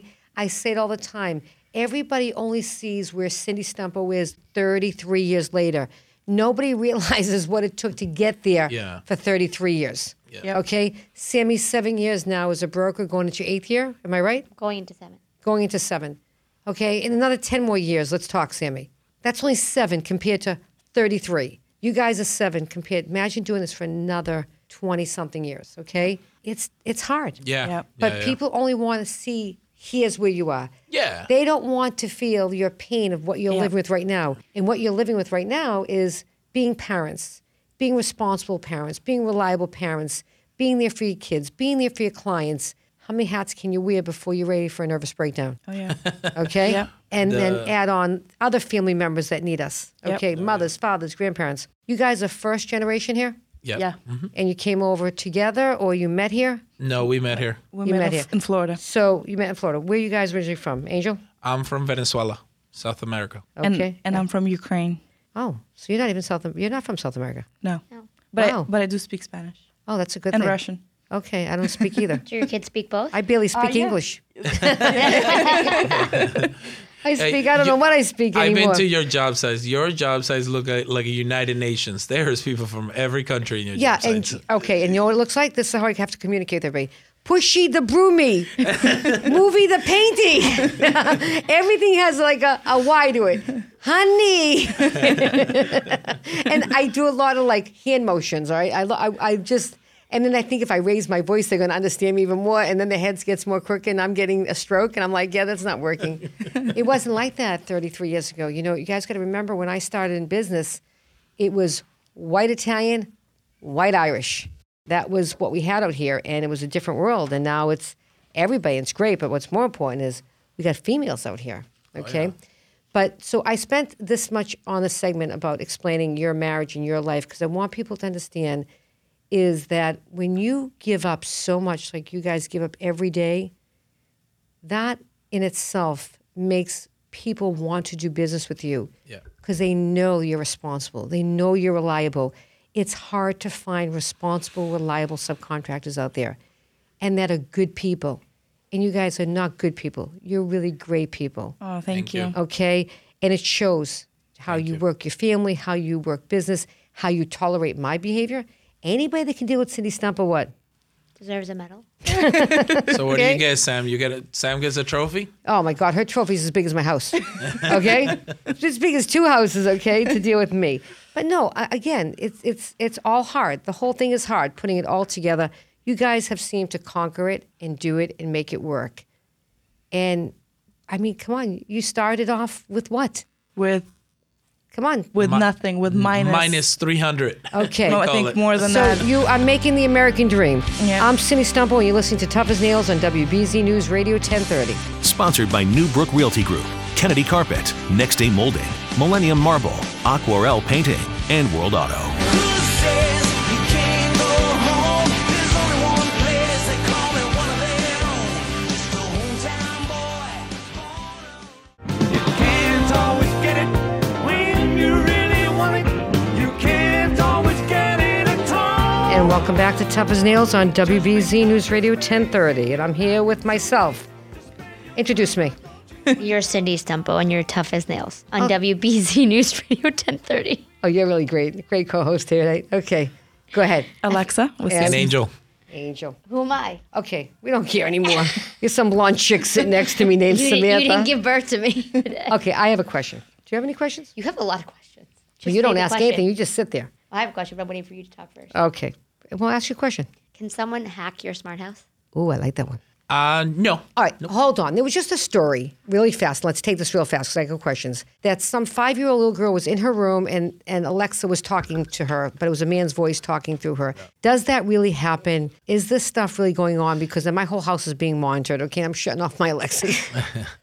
Speaker 2: I say it all the time. Everybody only sees where Cindy Stumpo is 33 years later. Nobody [LAUGHS] realizes what it took to get there
Speaker 4: Yeah.
Speaker 2: for 33 years. Okay? Sammy's seven years now as a broker, going into your eighth year. Am I right?
Speaker 3: Going into seven.
Speaker 2: going into seven. Okay, in another 10 more years, let's talk, Sammy. That's only seven compared to 33. You guys are seven compared. Imagine doing this for another 20 something years, okay? It's it's hard.
Speaker 4: Yeah.
Speaker 5: Yep.
Speaker 2: But
Speaker 4: yeah, yeah.
Speaker 2: people only want to see here's where you are.
Speaker 4: Yeah.
Speaker 2: They don't want to feel your pain of what you're living with right now. And what you're living with right now is being parents, being responsible parents, being reliable parents, being there for your kids, being there for your clients. How many hats can you wear before you're ready for a nervous breakdown? [LAUGHS]
Speaker 5: oh yeah
Speaker 2: Okay?
Speaker 5: Yeah.
Speaker 2: And then add on other family members that need us.
Speaker 5: Yep.
Speaker 2: Okay? Mothers, fathers, grandparents. You guys are first generation here?
Speaker 4: Yep.
Speaker 5: yeah
Speaker 2: And you came over together or you met here?
Speaker 4: No, we met here.
Speaker 5: we
Speaker 2: You
Speaker 5: met,
Speaker 2: met
Speaker 5: in-
Speaker 2: here.
Speaker 5: in florida
Speaker 2: So you met in Florida. Where are you guys originally from? Angel?
Speaker 4: I'm from Venezuela, South America.
Speaker 5: and, and i'm from ukraine
Speaker 2: Oh, so you're not even South. You're not from South America.
Speaker 5: no,
Speaker 3: Oh.
Speaker 5: but
Speaker 2: Wow.
Speaker 5: I, but i do speak spanish
Speaker 2: Oh, that's a good
Speaker 5: and
Speaker 2: thing.
Speaker 5: russian
Speaker 2: Okay, I don't speak either.
Speaker 3: Do your kids speak both?
Speaker 2: I barely speak English. [LAUGHS] I speak. I don't know what I speak
Speaker 4: I've
Speaker 2: anymore.
Speaker 4: been to your job sites. Your job sites look like, like a United Nations. There's people from every country in your
Speaker 2: yeah,
Speaker 4: job
Speaker 2: and
Speaker 4: sites.
Speaker 2: okay, and you know what it looks like? This is how I have to communicate with everybody. Pushy the [LAUGHS] broomy, movie the painting. [LAUGHS] Everything has like a, a Y to it. Honey. [LAUGHS] and I do a lot of like hand motions, all right? I, lo- I, I just, and then I think if I raise my voice, they're going to understand me even more. And then the heads gets more crooked and I'm getting a stroke. And I'm like, yeah, that's not working. it wasn't like that 33 years ago. You know, you guys got to remember when I started in business, it was white Italian, white Irish. That was what we had out here. And it was a different world. And now it's everybody. It's great. But what's more important is we got females out here. Okay. But so I spent this much on a segment about explaining your marriage and your life because I want people to understand is that when you give up so much, like you guys give up every day, that in itself makes people want to do business with you
Speaker 4: Yeah.
Speaker 2: because they know you're responsible. They know you're reliable. It's hard to find responsible, reliable subcontractors out there and that are good people. And you guys are not good people. You're really great people
Speaker 5: oh thank, you,
Speaker 2: okay? And it shows how you, work your family, how you work business, how you tolerate my behavior. Anybody that can deal with Cindy Stump or what?
Speaker 3: Deserves a medal.
Speaker 4: So what do you get, Sam? You get a, Sam gets a trophy.
Speaker 2: Oh my God, her trophy's as big as my house.
Speaker 5: [LAUGHS]
Speaker 2: Okay, It's as big as two houses. Okay, to deal with me. But no, I- again, it's it's it's all hard. The whole thing is hard. Putting it all together, you guys have seemed to conquer it and do it and make it work. And I mean, come on, you started off with what?
Speaker 5: with
Speaker 2: Come on.
Speaker 5: with nothing with minus.
Speaker 4: Minus three hundred.
Speaker 2: Okay.
Speaker 5: No, I
Speaker 4: Call
Speaker 5: think
Speaker 4: it.
Speaker 5: more than
Speaker 2: So
Speaker 5: that.
Speaker 2: you are making the American dream.
Speaker 5: Yeah.
Speaker 2: I'm Cindy Stumple, and you're listening to Tough as Nails on WBZ News Radio 1030.
Speaker 6: Sponsored by Newbrook Realty Group, Kennedy Carpet, Next Day Molding, Millennium Marble, Aquarel Painting, and World Auto.
Speaker 2: And welcome back to Tough as Nails on WBZ News Radio 1030. And I'm here with myself. Introduce me.
Speaker 3: You're Cindy Stumpo and you're tough as nails on WBZ [LAUGHS] News Radio 1030.
Speaker 2: Oh, you're really great. Great co host here tonight. Okay. Go ahead,
Speaker 5: Alexa, what's
Speaker 2: Yeah.
Speaker 5: this?
Speaker 4: An angel.
Speaker 2: Angel.
Speaker 3: Who am I?
Speaker 2: Okay, we don't care anymore. [LAUGHS] You're some blonde chick sitting next
Speaker 3: [LAUGHS]
Speaker 2: to me named
Speaker 3: You,
Speaker 2: Samantha.
Speaker 3: didn't- you didn't give birth to me [LAUGHS] today.
Speaker 2: okay, I have a question. Do you have any questions?
Speaker 3: You have a lot of questions.
Speaker 2: Well,
Speaker 3: Just
Speaker 2: you don't
Speaker 3: pick a
Speaker 2: ask
Speaker 3: question.
Speaker 2: anything, you Uh. just sit there.
Speaker 3: I have a question, but I'm waiting for you to talk first.
Speaker 2: Okay. Well, ask your question.
Speaker 3: Can someone hack your smart house?
Speaker 2: Ooh, I like that one.
Speaker 4: Uh, no.
Speaker 2: All right, hold on. There was just a story, really fast. Let's take this real fast because I got questions. That some five-year-old little girl was in her room and and Alexa was talking to her, but it was a man's voice talking through her. Does that really happen? Is this stuff really going on? Because then my whole house is being monitored. Okay, I'm shutting off my
Speaker 4: [LAUGHS]
Speaker 2: Alexa.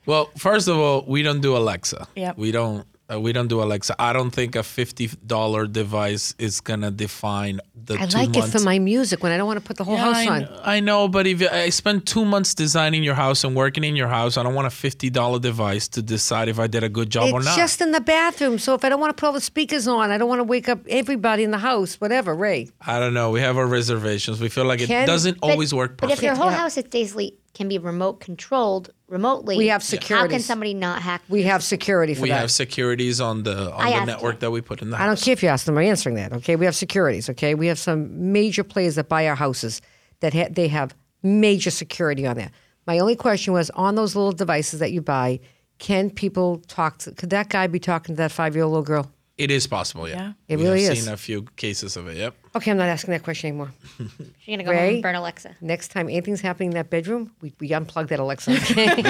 Speaker 4: Well, first of all, we don't do Alexa.
Speaker 5: Yep.
Speaker 4: We don't. Uh, we don't do Alexa. I don't think a fifty dollar device is gonna define the
Speaker 2: I
Speaker 4: two
Speaker 2: like
Speaker 4: months.
Speaker 2: it for my music when I don't want to put the whole
Speaker 4: Yeah,
Speaker 2: house
Speaker 4: I,
Speaker 2: on.
Speaker 4: kn- I know, but if I spent two months designing your house and working in your house, I don't want a fifty dollar device to decide if I did a good job or
Speaker 2: It's
Speaker 4: not.
Speaker 2: just in the bathroom, so if I don't want to put all the speakers on, I don't want to wake up everybody in the house. Whatever, Ray.
Speaker 4: I don't know. We have our reservations. We feel like
Speaker 2: Can-
Speaker 4: it doesn't
Speaker 2: but-
Speaker 4: always work
Speaker 3: But if
Speaker 4: perfect.
Speaker 3: your whole house is basically can be remote controlled remotely,
Speaker 2: We have
Speaker 3: How can
Speaker 2: securities.
Speaker 3: somebody not hack?
Speaker 2: We have security for
Speaker 4: we
Speaker 2: that.
Speaker 4: have securities on the on
Speaker 3: I
Speaker 4: the
Speaker 3: asked
Speaker 4: network that we put in the
Speaker 2: I
Speaker 4: house.
Speaker 2: don't care if you ask them. I'm answering that. Okay, we have securities. Okay, we have some major players that buy our houses that ha- they have major security on there. My only question was on those little devices that you buy, can people talk? To, could that guy be talking to that five year old little girl?
Speaker 4: It is possible, yeah.
Speaker 2: It
Speaker 4: we
Speaker 2: really
Speaker 4: have
Speaker 2: is.
Speaker 4: seen a few cases of it. Yep.
Speaker 2: Okay, I'm not asking that question anymore.
Speaker 3: You're gonna go home
Speaker 2: Ray?
Speaker 3: and burn Alexa.
Speaker 2: Next time anything's happening in that bedroom, we, we unplug that Alexa. Okay? [LAUGHS]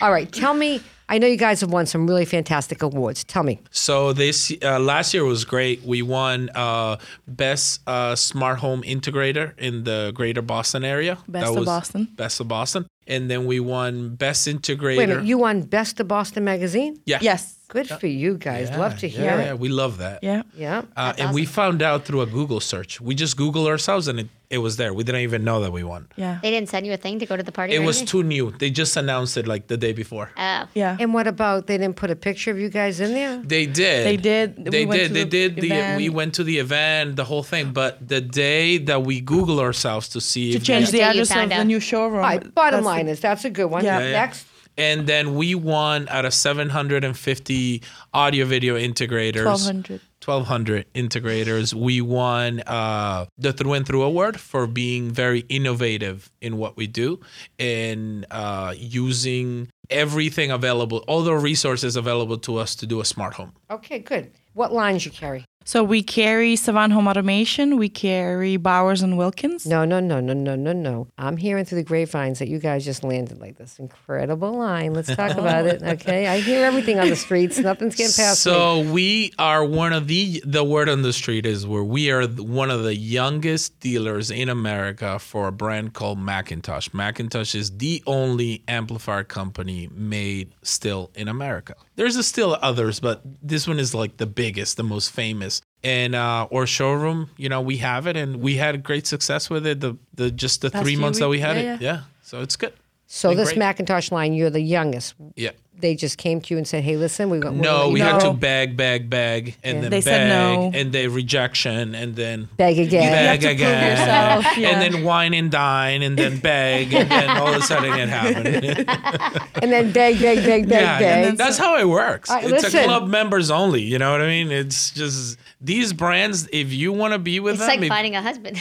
Speaker 2: All right, tell me. I know you guys have won some really fantastic awards. Tell me.
Speaker 4: So this uh, last year was great. We won uh, best uh, smart home integrator in the Greater Boston area.
Speaker 5: Best of
Speaker 4: was
Speaker 5: Boston.
Speaker 4: Best of Boston, and then we won best integrator.
Speaker 2: Wait a minute, you won Best of Boston Magazine?
Speaker 4: yeah.
Speaker 5: Yes.
Speaker 2: Good for you guys. Love to hear
Speaker 4: yeah,
Speaker 2: it.
Speaker 4: yeah, we love that.
Speaker 5: Yeah.
Speaker 2: Yeah.
Speaker 4: Uh, and we found out through a Google search. We just Googled ourselves, and it, it was there. We didn't even know that we won.
Speaker 5: Yeah.
Speaker 3: They didn't send you a thing to go to the party.
Speaker 4: It
Speaker 3: or
Speaker 4: was
Speaker 3: anything?
Speaker 4: too new. They just announced it like the day before.
Speaker 3: Oh.
Speaker 5: Yeah.
Speaker 2: And what about they didn't put a picture of you guys in there?
Speaker 4: They did.
Speaker 5: They did.
Speaker 4: They
Speaker 5: We went
Speaker 4: did.
Speaker 5: to
Speaker 4: They
Speaker 5: the
Speaker 4: did. The,
Speaker 5: event.
Speaker 4: we went to the event, the whole thing. But the day that we Google ourselves to see
Speaker 5: to
Speaker 4: if
Speaker 5: change
Speaker 3: Yeah.
Speaker 5: the
Speaker 3: Yeah, you
Speaker 5: address of
Speaker 3: found
Speaker 5: the
Speaker 3: out.
Speaker 5: new showroom.
Speaker 2: All right, bottom
Speaker 5: That's
Speaker 2: line
Speaker 5: the-
Speaker 2: is that's a good one.
Speaker 5: Yeah. Yeah, yeah.
Speaker 2: Next.
Speaker 4: and then we won out of 750 audio video integrators
Speaker 5: 1200.
Speaker 4: 1200 integrators we won uh, the through and through award for being very innovative in what we do and uh, using everything available all the resources available to us to do a smart home
Speaker 2: Okay, good. What lines you carry?
Speaker 5: So we carry Savan Home Automation. We carry Bowers and Wilkins.
Speaker 2: No, no, no, no, no, no, no. I'm hearing through the grapevines that you guys just landed like this incredible line. Let's talk
Speaker 5: [LAUGHS]
Speaker 2: about it. Okay. I hear everything on the streets. Nothing's getting past me.
Speaker 4: so we are one of the the word on the street is where we are th- one of the youngest dealers in america for a brand called macintosh macintosh is the only amplifier company made still in america there's a still others but this one is like the biggest the most famous and uh, or showroom you know we have it and we had great success with it the, the just the
Speaker 5: Past
Speaker 4: three
Speaker 5: few
Speaker 4: months that we
Speaker 5: weeks,
Speaker 4: had
Speaker 5: yeah,
Speaker 4: it yeah so it's good
Speaker 2: So
Speaker 4: Been
Speaker 2: this
Speaker 4: great.
Speaker 2: Macintosh line, you're the youngest.
Speaker 4: yeah
Speaker 2: they just came to you and said, "Hey, listen, we want."
Speaker 4: No, we
Speaker 2: know.
Speaker 4: had to beg, beg, beg, and then
Speaker 5: They
Speaker 4: beg,
Speaker 5: said no.
Speaker 4: and then rejection, and then
Speaker 2: Beg again. You
Speaker 4: beg
Speaker 5: have to prove
Speaker 4: again,
Speaker 5: yourself, yeah.
Speaker 4: and then wine and dine, and then beg, and then all of a sudden it happened.
Speaker 2: and then beg, beg, beg, beg,
Speaker 4: yeah,
Speaker 2: beg.
Speaker 4: and that's how it works.
Speaker 2: All right,
Speaker 4: it's
Speaker 2: listen.
Speaker 4: a club members only. You know what I mean? It's just these brands. If you want to be with
Speaker 3: It's
Speaker 4: them,
Speaker 3: like
Speaker 4: if-
Speaker 3: finding a husband.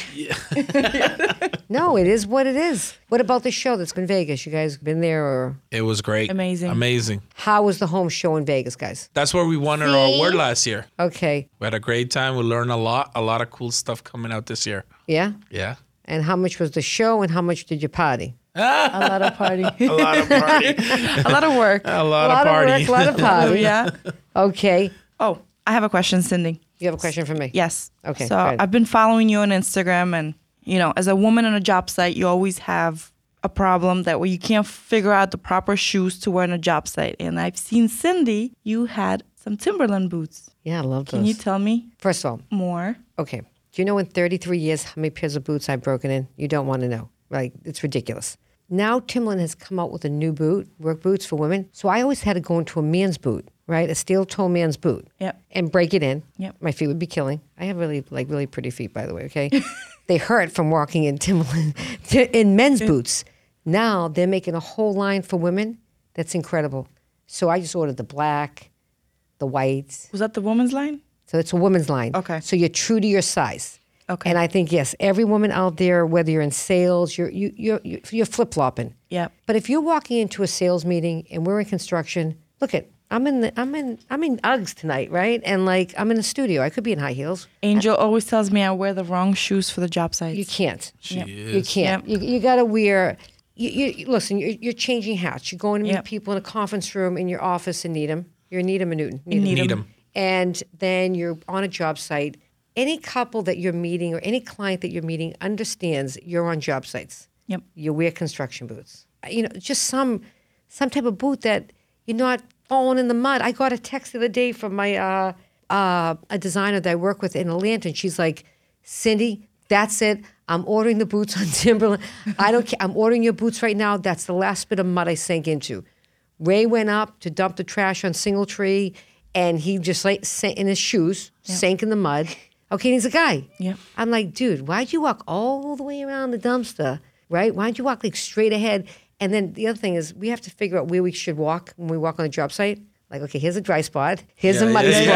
Speaker 2: no, it is what it is. What about the show that's been Vegas? You guys been there, or
Speaker 4: it was great,
Speaker 5: Amazing.
Speaker 4: amazing.
Speaker 2: how was the home show in Vegas, guys?
Speaker 4: That's where we won our award last year.
Speaker 2: Okay,
Speaker 4: We had a great time. We learned a lot. A lot of cool stuff coming out this year.
Speaker 2: yeah.
Speaker 4: Yeah.
Speaker 2: And how much was the show, and how much did you party?
Speaker 5: a lot of party,
Speaker 4: A lot of party.
Speaker 5: a lot of work.
Speaker 4: [LAUGHS]
Speaker 2: a
Speaker 4: a lot,
Speaker 2: lot
Speaker 4: of party.
Speaker 2: of work, a lot of
Speaker 5: Oh,
Speaker 2: party.
Speaker 5: yeah.
Speaker 2: Okay,
Speaker 5: Oh, I have a question, Cindy.
Speaker 2: you have a question for me?
Speaker 5: Yes.
Speaker 2: Okay,
Speaker 5: So
Speaker 2: go ahead.
Speaker 5: I've been following you on Instagram, and you know, as a woman on a job site, you always have a problem that where you can't figure out the proper shoes to wear on a job site. And I've seen Cindy, you had some Timberland boots.
Speaker 2: Yeah, I love those.
Speaker 5: Can you tell me
Speaker 2: First of all,
Speaker 5: more?
Speaker 2: Okay. Do you know in 33 years how many pairs of boots I've broken in? You don't want to know. Like, it's ridiculous. Now Timberland has come out with a new boot, work boots for women. So I always had to go into a man's boot, right? A steel toe man's boot.
Speaker 5: Yep.
Speaker 2: And break it in.
Speaker 5: Yep.
Speaker 2: My feet would be killing. I have really, like, really pretty feet, by the way, okay? [LAUGHS] they hurt from walking in Timberland [LAUGHS] in men's boots. Now they're making a whole line for women. That's incredible. So I just ordered the black, the whites,
Speaker 5: Was that the woman's line?
Speaker 2: so it's a woman's line.
Speaker 5: Okay.
Speaker 2: So you're true to your size.
Speaker 5: Okay.
Speaker 2: And I think yes, every woman out there, whether you're in sales, you're you, you're you're flip flopping.
Speaker 5: Yep.
Speaker 2: But if you're walking into a sales meeting and we're in construction, look at I'm in the I'm in I'm in Uggs tonight, right? And like I'm in a studio, I could be in high heels.
Speaker 5: Angel always tells me I wear the wrong shoes for the job site.
Speaker 2: You can't.
Speaker 5: Yep.
Speaker 2: You can't. You, you got to wear. You, you listen. You're, you're changing hats. You're going to meet
Speaker 5: Yep.
Speaker 2: people in a conference room in your office in Needham. You're in Needham and Newton.
Speaker 4: [LAUGHS] Need 'em.
Speaker 2: and then you're on a job site. Any couple that you're meeting or any client that you're meeting understands you're on job sites.
Speaker 5: Yep.
Speaker 2: You wear construction boots. Uh, You know, just some some type of boot that you're not falling in the mud. I got a text the other day from my uh, uh, a designer that I work with in Atlanta, and she's like, "Cindy, that's it. I'm ordering the boots on [LAUGHS] Timberland. I don't care. I'm ordering your boots right now. That's the last bit of mud I sank into." Ray went up to dump the trash on Singletree, and he just like sank in his shoes, sank in the mud. Okay, and he's a guy.
Speaker 5: Yep.
Speaker 2: I'm like, dude, why'd you walk all the way around the dumpster, right? Why'd you walk like straight ahead? And then the other thing is, we have to figure out where we should walk when we walk on a job site. Like, okay, here's a dry spot, here's a muddy spot.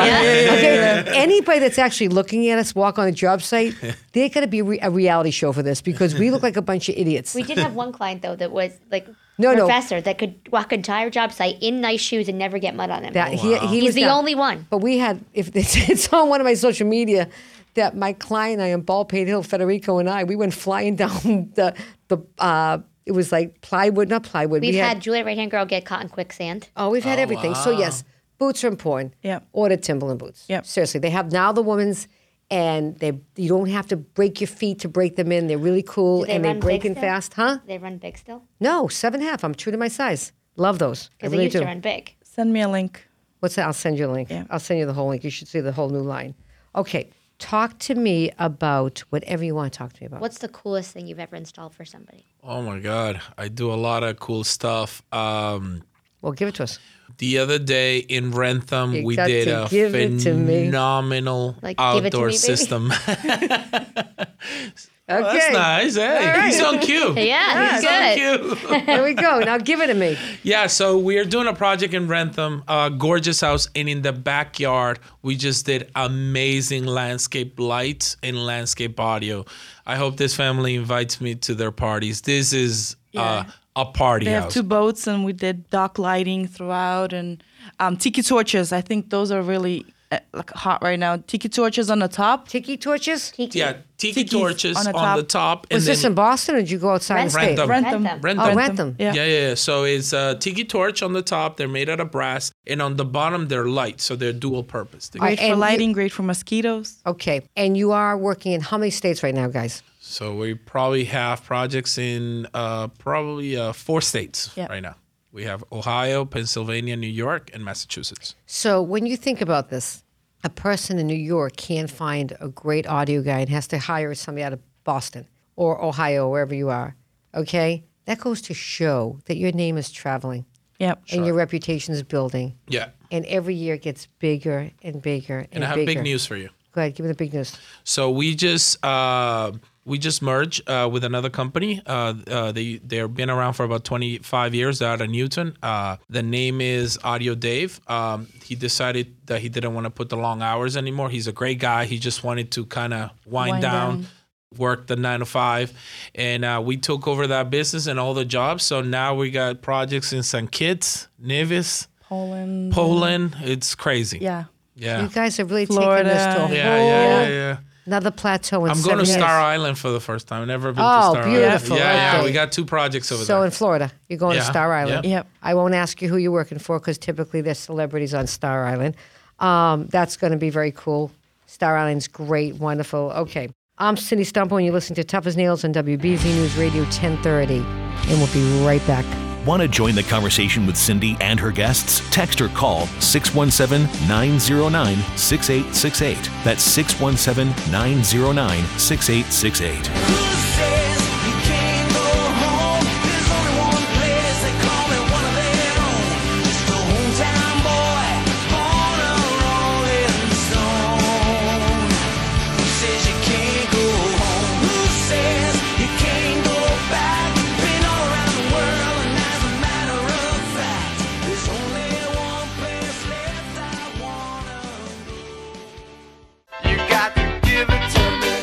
Speaker 2: okay, anybody that's actually looking at us walk on a job site, they're gonna be re- a reality show for this because we look like a bunch of idiots.
Speaker 3: [LAUGHS] We did have one client though that was like
Speaker 2: [LAUGHS] No, no.
Speaker 3: professor that could walk an entire job site in nice shoes and never get mud on him.
Speaker 2: That he, he
Speaker 3: He's
Speaker 2: was
Speaker 3: the
Speaker 2: down.
Speaker 3: only one.
Speaker 2: But we had, if [LAUGHS] it's, it's on one of my social media, that my client, I am Ballpate Hill, Federico and I, we went flying [LAUGHS] down the the. Uh, it was like plywood, not plywood.
Speaker 3: We've
Speaker 2: we
Speaker 3: had, Julia Right Hand Girl get caught in quicksand.
Speaker 2: oh, we've had everything. So yes, boots are important.
Speaker 5: Yep.
Speaker 2: Order Timberland boots.
Speaker 5: Yep.
Speaker 2: Seriously, they have now the women's, and they you don't have to break your feet to break them in. They're really cool
Speaker 3: they
Speaker 2: and they
Speaker 3: run
Speaker 2: break
Speaker 3: big
Speaker 2: in
Speaker 3: still?
Speaker 2: fast, huh?
Speaker 3: They run big still
Speaker 2: No, seven and a half. I'm true to my size. Love those. I
Speaker 3: because
Speaker 2: really
Speaker 3: they used
Speaker 2: do.
Speaker 3: to run big.
Speaker 5: Send me a link.
Speaker 2: What's that? I'll send you a link.
Speaker 5: Yeah.
Speaker 2: I'll send you the whole link. You should see the whole new line. Okay. Talk to me about whatever you want to talk to me about.
Speaker 3: What's the coolest thing you've ever installed for somebody?
Speaker 4: Oh my God. I do a lot of cool stuff. Um,
Speaker 2: Well, give it to us.
Speaker 4: the other day in Rentham,
Speaker 2: You
Speaker 4: we
Speaker 2: got
Speaker 4: did
Speaker 2: to
Speaker 4: a
Speaker 2: give it to me.
Speaker 4: phenomenal
Speaker 3: Like, give it to
Speaker 4: outdoor
Speaker 3: me, baby.
Speaker 4: system. [LAUGHS]
Speaker 2: Okay.
Speaker 4: That's nice. Hey, he's on cue.
Speaker 3: Yeah,
Speaker 4: He's
Speaker 3: good.
Speaker 4: on cue.
Speaker 2: Here we go. Now give it to me.
Speaker 4: Yeah, so we are doing a project in Rentham, a gorgeous house, and in the backyard, we just did amazing landscape lights and landscape audio. I hope this family invites me to their parties. This is uh, a party
Speaker 5: They have
Speaker 4: house.
Speaker 5: two boats, and we did dock lighting throughout, and um, tiki torches. I think those are really uh, like hot right now. Tiki torches on the top.
Speaker 2: Tiki torches?
Speaker 4: yeah, tiki
Speaker 5: Tikis
Speaker 4: torches on,
Speaker 5: on the
Speaker 4: the top.
Speaker 2: Was this in Boston or did you go outside the state?
Speaker 4: Rentham.
Speaker 3: Rentham.
Speaker 5: Rentham.
Speaker 4: Rentham.
Speaker 2: Oh, Rentham.
Speaker 5: Yeah.
Speaker 4: Yeah, yeah, yeah. So it's a tiki torch on the top. They're made out of brass, and on the bottom they're light, so they're dual purpose. They-
Speaker 2: And
Speaker 5: Great for
Speaker 2: you-
Speaker 5: lighting, great for mosquitoes.
Speaker 2: Okay. And you are working in how many states right now, guys?
Speaker 4: So we probably have projects in uh, probably uh, four states
Speaker 5: Yeah.
Speaker 4: right now. We have Ohio, Pennsylvania, New York, and Massachusetts.
Speaker 2: So when you think about this, a person in New York can't find a great audio guy and has to hire somebody out of Boston or Ohio, wherever you are. Okay? That goes to show that your name is traveling.
Speaker 5: Yep.
Speaker 2: And your reputation's building.
Speaker 4: Yeah.
Speaker 2: And every year it gets bigger and bigger and,
Speaker 4: And I have
Speaker 2: bigger.
Speaker 4: big news for you.
Speaker 2: Go ahead, give me the big news.
Speaker 4: So we just uh, we just merged uh, with another company. Uh, uh, they they've been around for about 25 years out of Newton. Uh, the name is Audio Dave. Um, he decided that he didn't want to put the long hours anymore. He's a great guy. He just wanted to kind of wind,
Speaker 5: Wind
Speaker 4: down.
Speaker 5: down.
Speaker 4: Work the nine to five, and uh, we took over that business and all the jobs. So now we got projects in St. Kitts, Nevis,
Speaker 5: Poland.
Speaker 4: Poland. It's crazy.
Speaker 5: Yeah.
Speaker 4: yeah,
Speaker 2: You guys are really taking this to a
Speaker 5: Florida.
Speaker 2: whole
Speaker 4: yeah, yeah, yeah. yeah.
Speaker 2: another plateau in
Speaker 4: I'm
Speaker 2: seven
Speaker 4: going to
Speaker 2: years.
Speaker 4: Star Island for the first time. I've never been
Speaker 2: Oh,
Speaker 4: to Star
Speaker 2: beautiful.
Speaker 4: Island. Yeah, yeah.
Speaker 2: Okay.
Speaker 4: We got two projects over
Speaker 2: So
Speaker 4: there.
Speaker 2: in Florida, you're going
Speaker 4: Yeah,
Speaker 2: to Star Island.
Speaker 5: yeah. Yep.
Speaker 2: I won't ask you who you're working for because typically there's celebrities on Star Island. Um, that's going to be very cool. Star Island's great, wonderful. Okay. I'm Cindy Stumpo, and you're listening to Tough as Nails on WBZ News Radio 1030. And we'll be right back.
Speaker 6: Want to join the conversation with Cindy and her guests? Text or call 617 909 6868. That's 617 909 6868.
Speaker 7: You got to give it to me.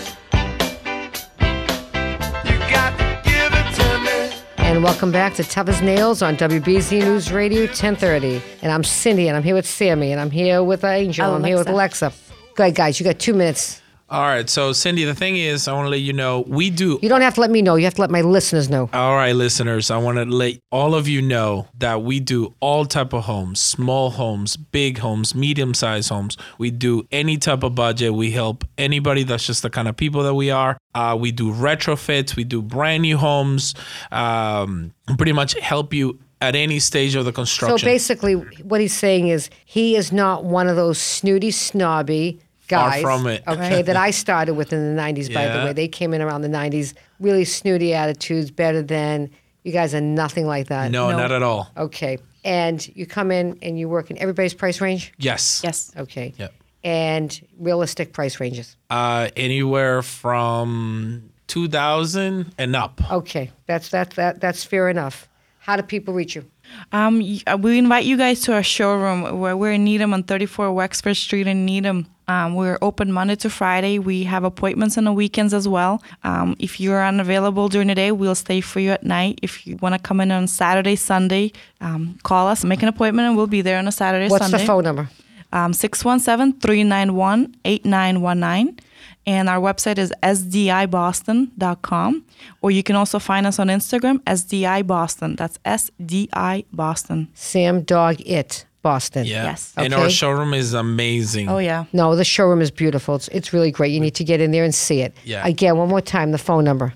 Speaker 7: You got to give it to me.
Speaker 2: And welcome back to Tough as Nails on WBZ News Radio 1030. And I'm Cindy, and I'm here with Sammy, and I'm here with Angel, I'm here with Alexa. Go ahead, guys. You got two minutes.
Speaker 4: All right. So, Cindy, the thing is, I want to let you know we do.
Speaker 2: You don't have to let me know. You have to let my listeners know.
Speaker 4: All right, listeners, I want to let all of you know that we do all type of homes, small homes, big homes, medium-sized homes. We do any type of budget. We help anybody. That's just the kind of people that we are. Uh, we do retrofits. We do brand new homes. Um, pretty much help you at any stage of the
Speaker 2: So
Speaker 4: construction.
Speaker 2: basically, what he's saying is he is not one of those snooty, snobby
Speaker 4: Far
Speaker 2: guys.
Speaker 4: from it.
Speaker 2: Okay, that I started with in the 90s, by the
Speaker 4: Yeah.
Speaker 2: way. They came in around the 90s, really snooty attitudes, better than you guys are nothing like that.
Speaker 4: no, not at all.
Speaker 2: Okay. And you come in and you work in everybody's price range?
Speaker 4: Yes.
Speaker 5: Yes.
Speaker 2: Okay.
Speaker 4: Yep.
Speaker 2: And realistic price ranges.
Speaker 4: Uh, anywhere from 2000 and up.
Speaker 2: Okay. That's that, that that's fair enough. How do people reach you?
Speaker 5: Um, y- uh, we invite you guys to our showroom where we're in Needham on 34 Wexford Street in Needham. Um, we're open Monday to Friday. We have appointments on the weekends as well. Um, if you're unavailable during the day, we'll stay for you at night. If you want to come in on Saturday, Sunday, um, call us, make an appointment, and we'll be there on a Saturday,
Speaker 2: What's
Speaker 5: Sunday.
Speaker 2: the phone number?
Speaker 5: Um, 617-391-8919. And our website is sdiboston.com. Or you can also find us on Instagram, sdiboston. That's S-D-I Boston.
Speaker 2: Sam Dog It, Boston.
Speaker 4: Yeah.
Speaker 5: Yes.
Speaker 4: And our
Speaker 2: Okay.
Speaker 4: showroom is amazing.
Speaker 5: Oh, yeah.
Speaker 2: No, the showroom is beautiful. It's, it's really great. You need to get in there and see it.
Speaker 4: Yeah.
Speaker 2: Again, one more time, the phone number.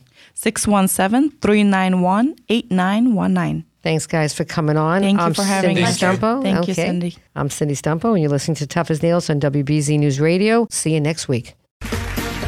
Speaker 5: 617-391-8919.
Speaker 2: Thanks, guys, for coming on.
Speaker 5: Thank you
Speaker 2: I'm
Speaker 5: for having
Speaker 2: Cindy
Speaker 5: us. Thank you.
Speaker 2: Stumpo.
Speaker 5: Thank you,
Speaker 2: Okay.
Speaker 5: Cindy.
Speaker 2: I'm Cindy Stumpo, and you're listening to Tough as Nails on WBZ News Radio. See you next week.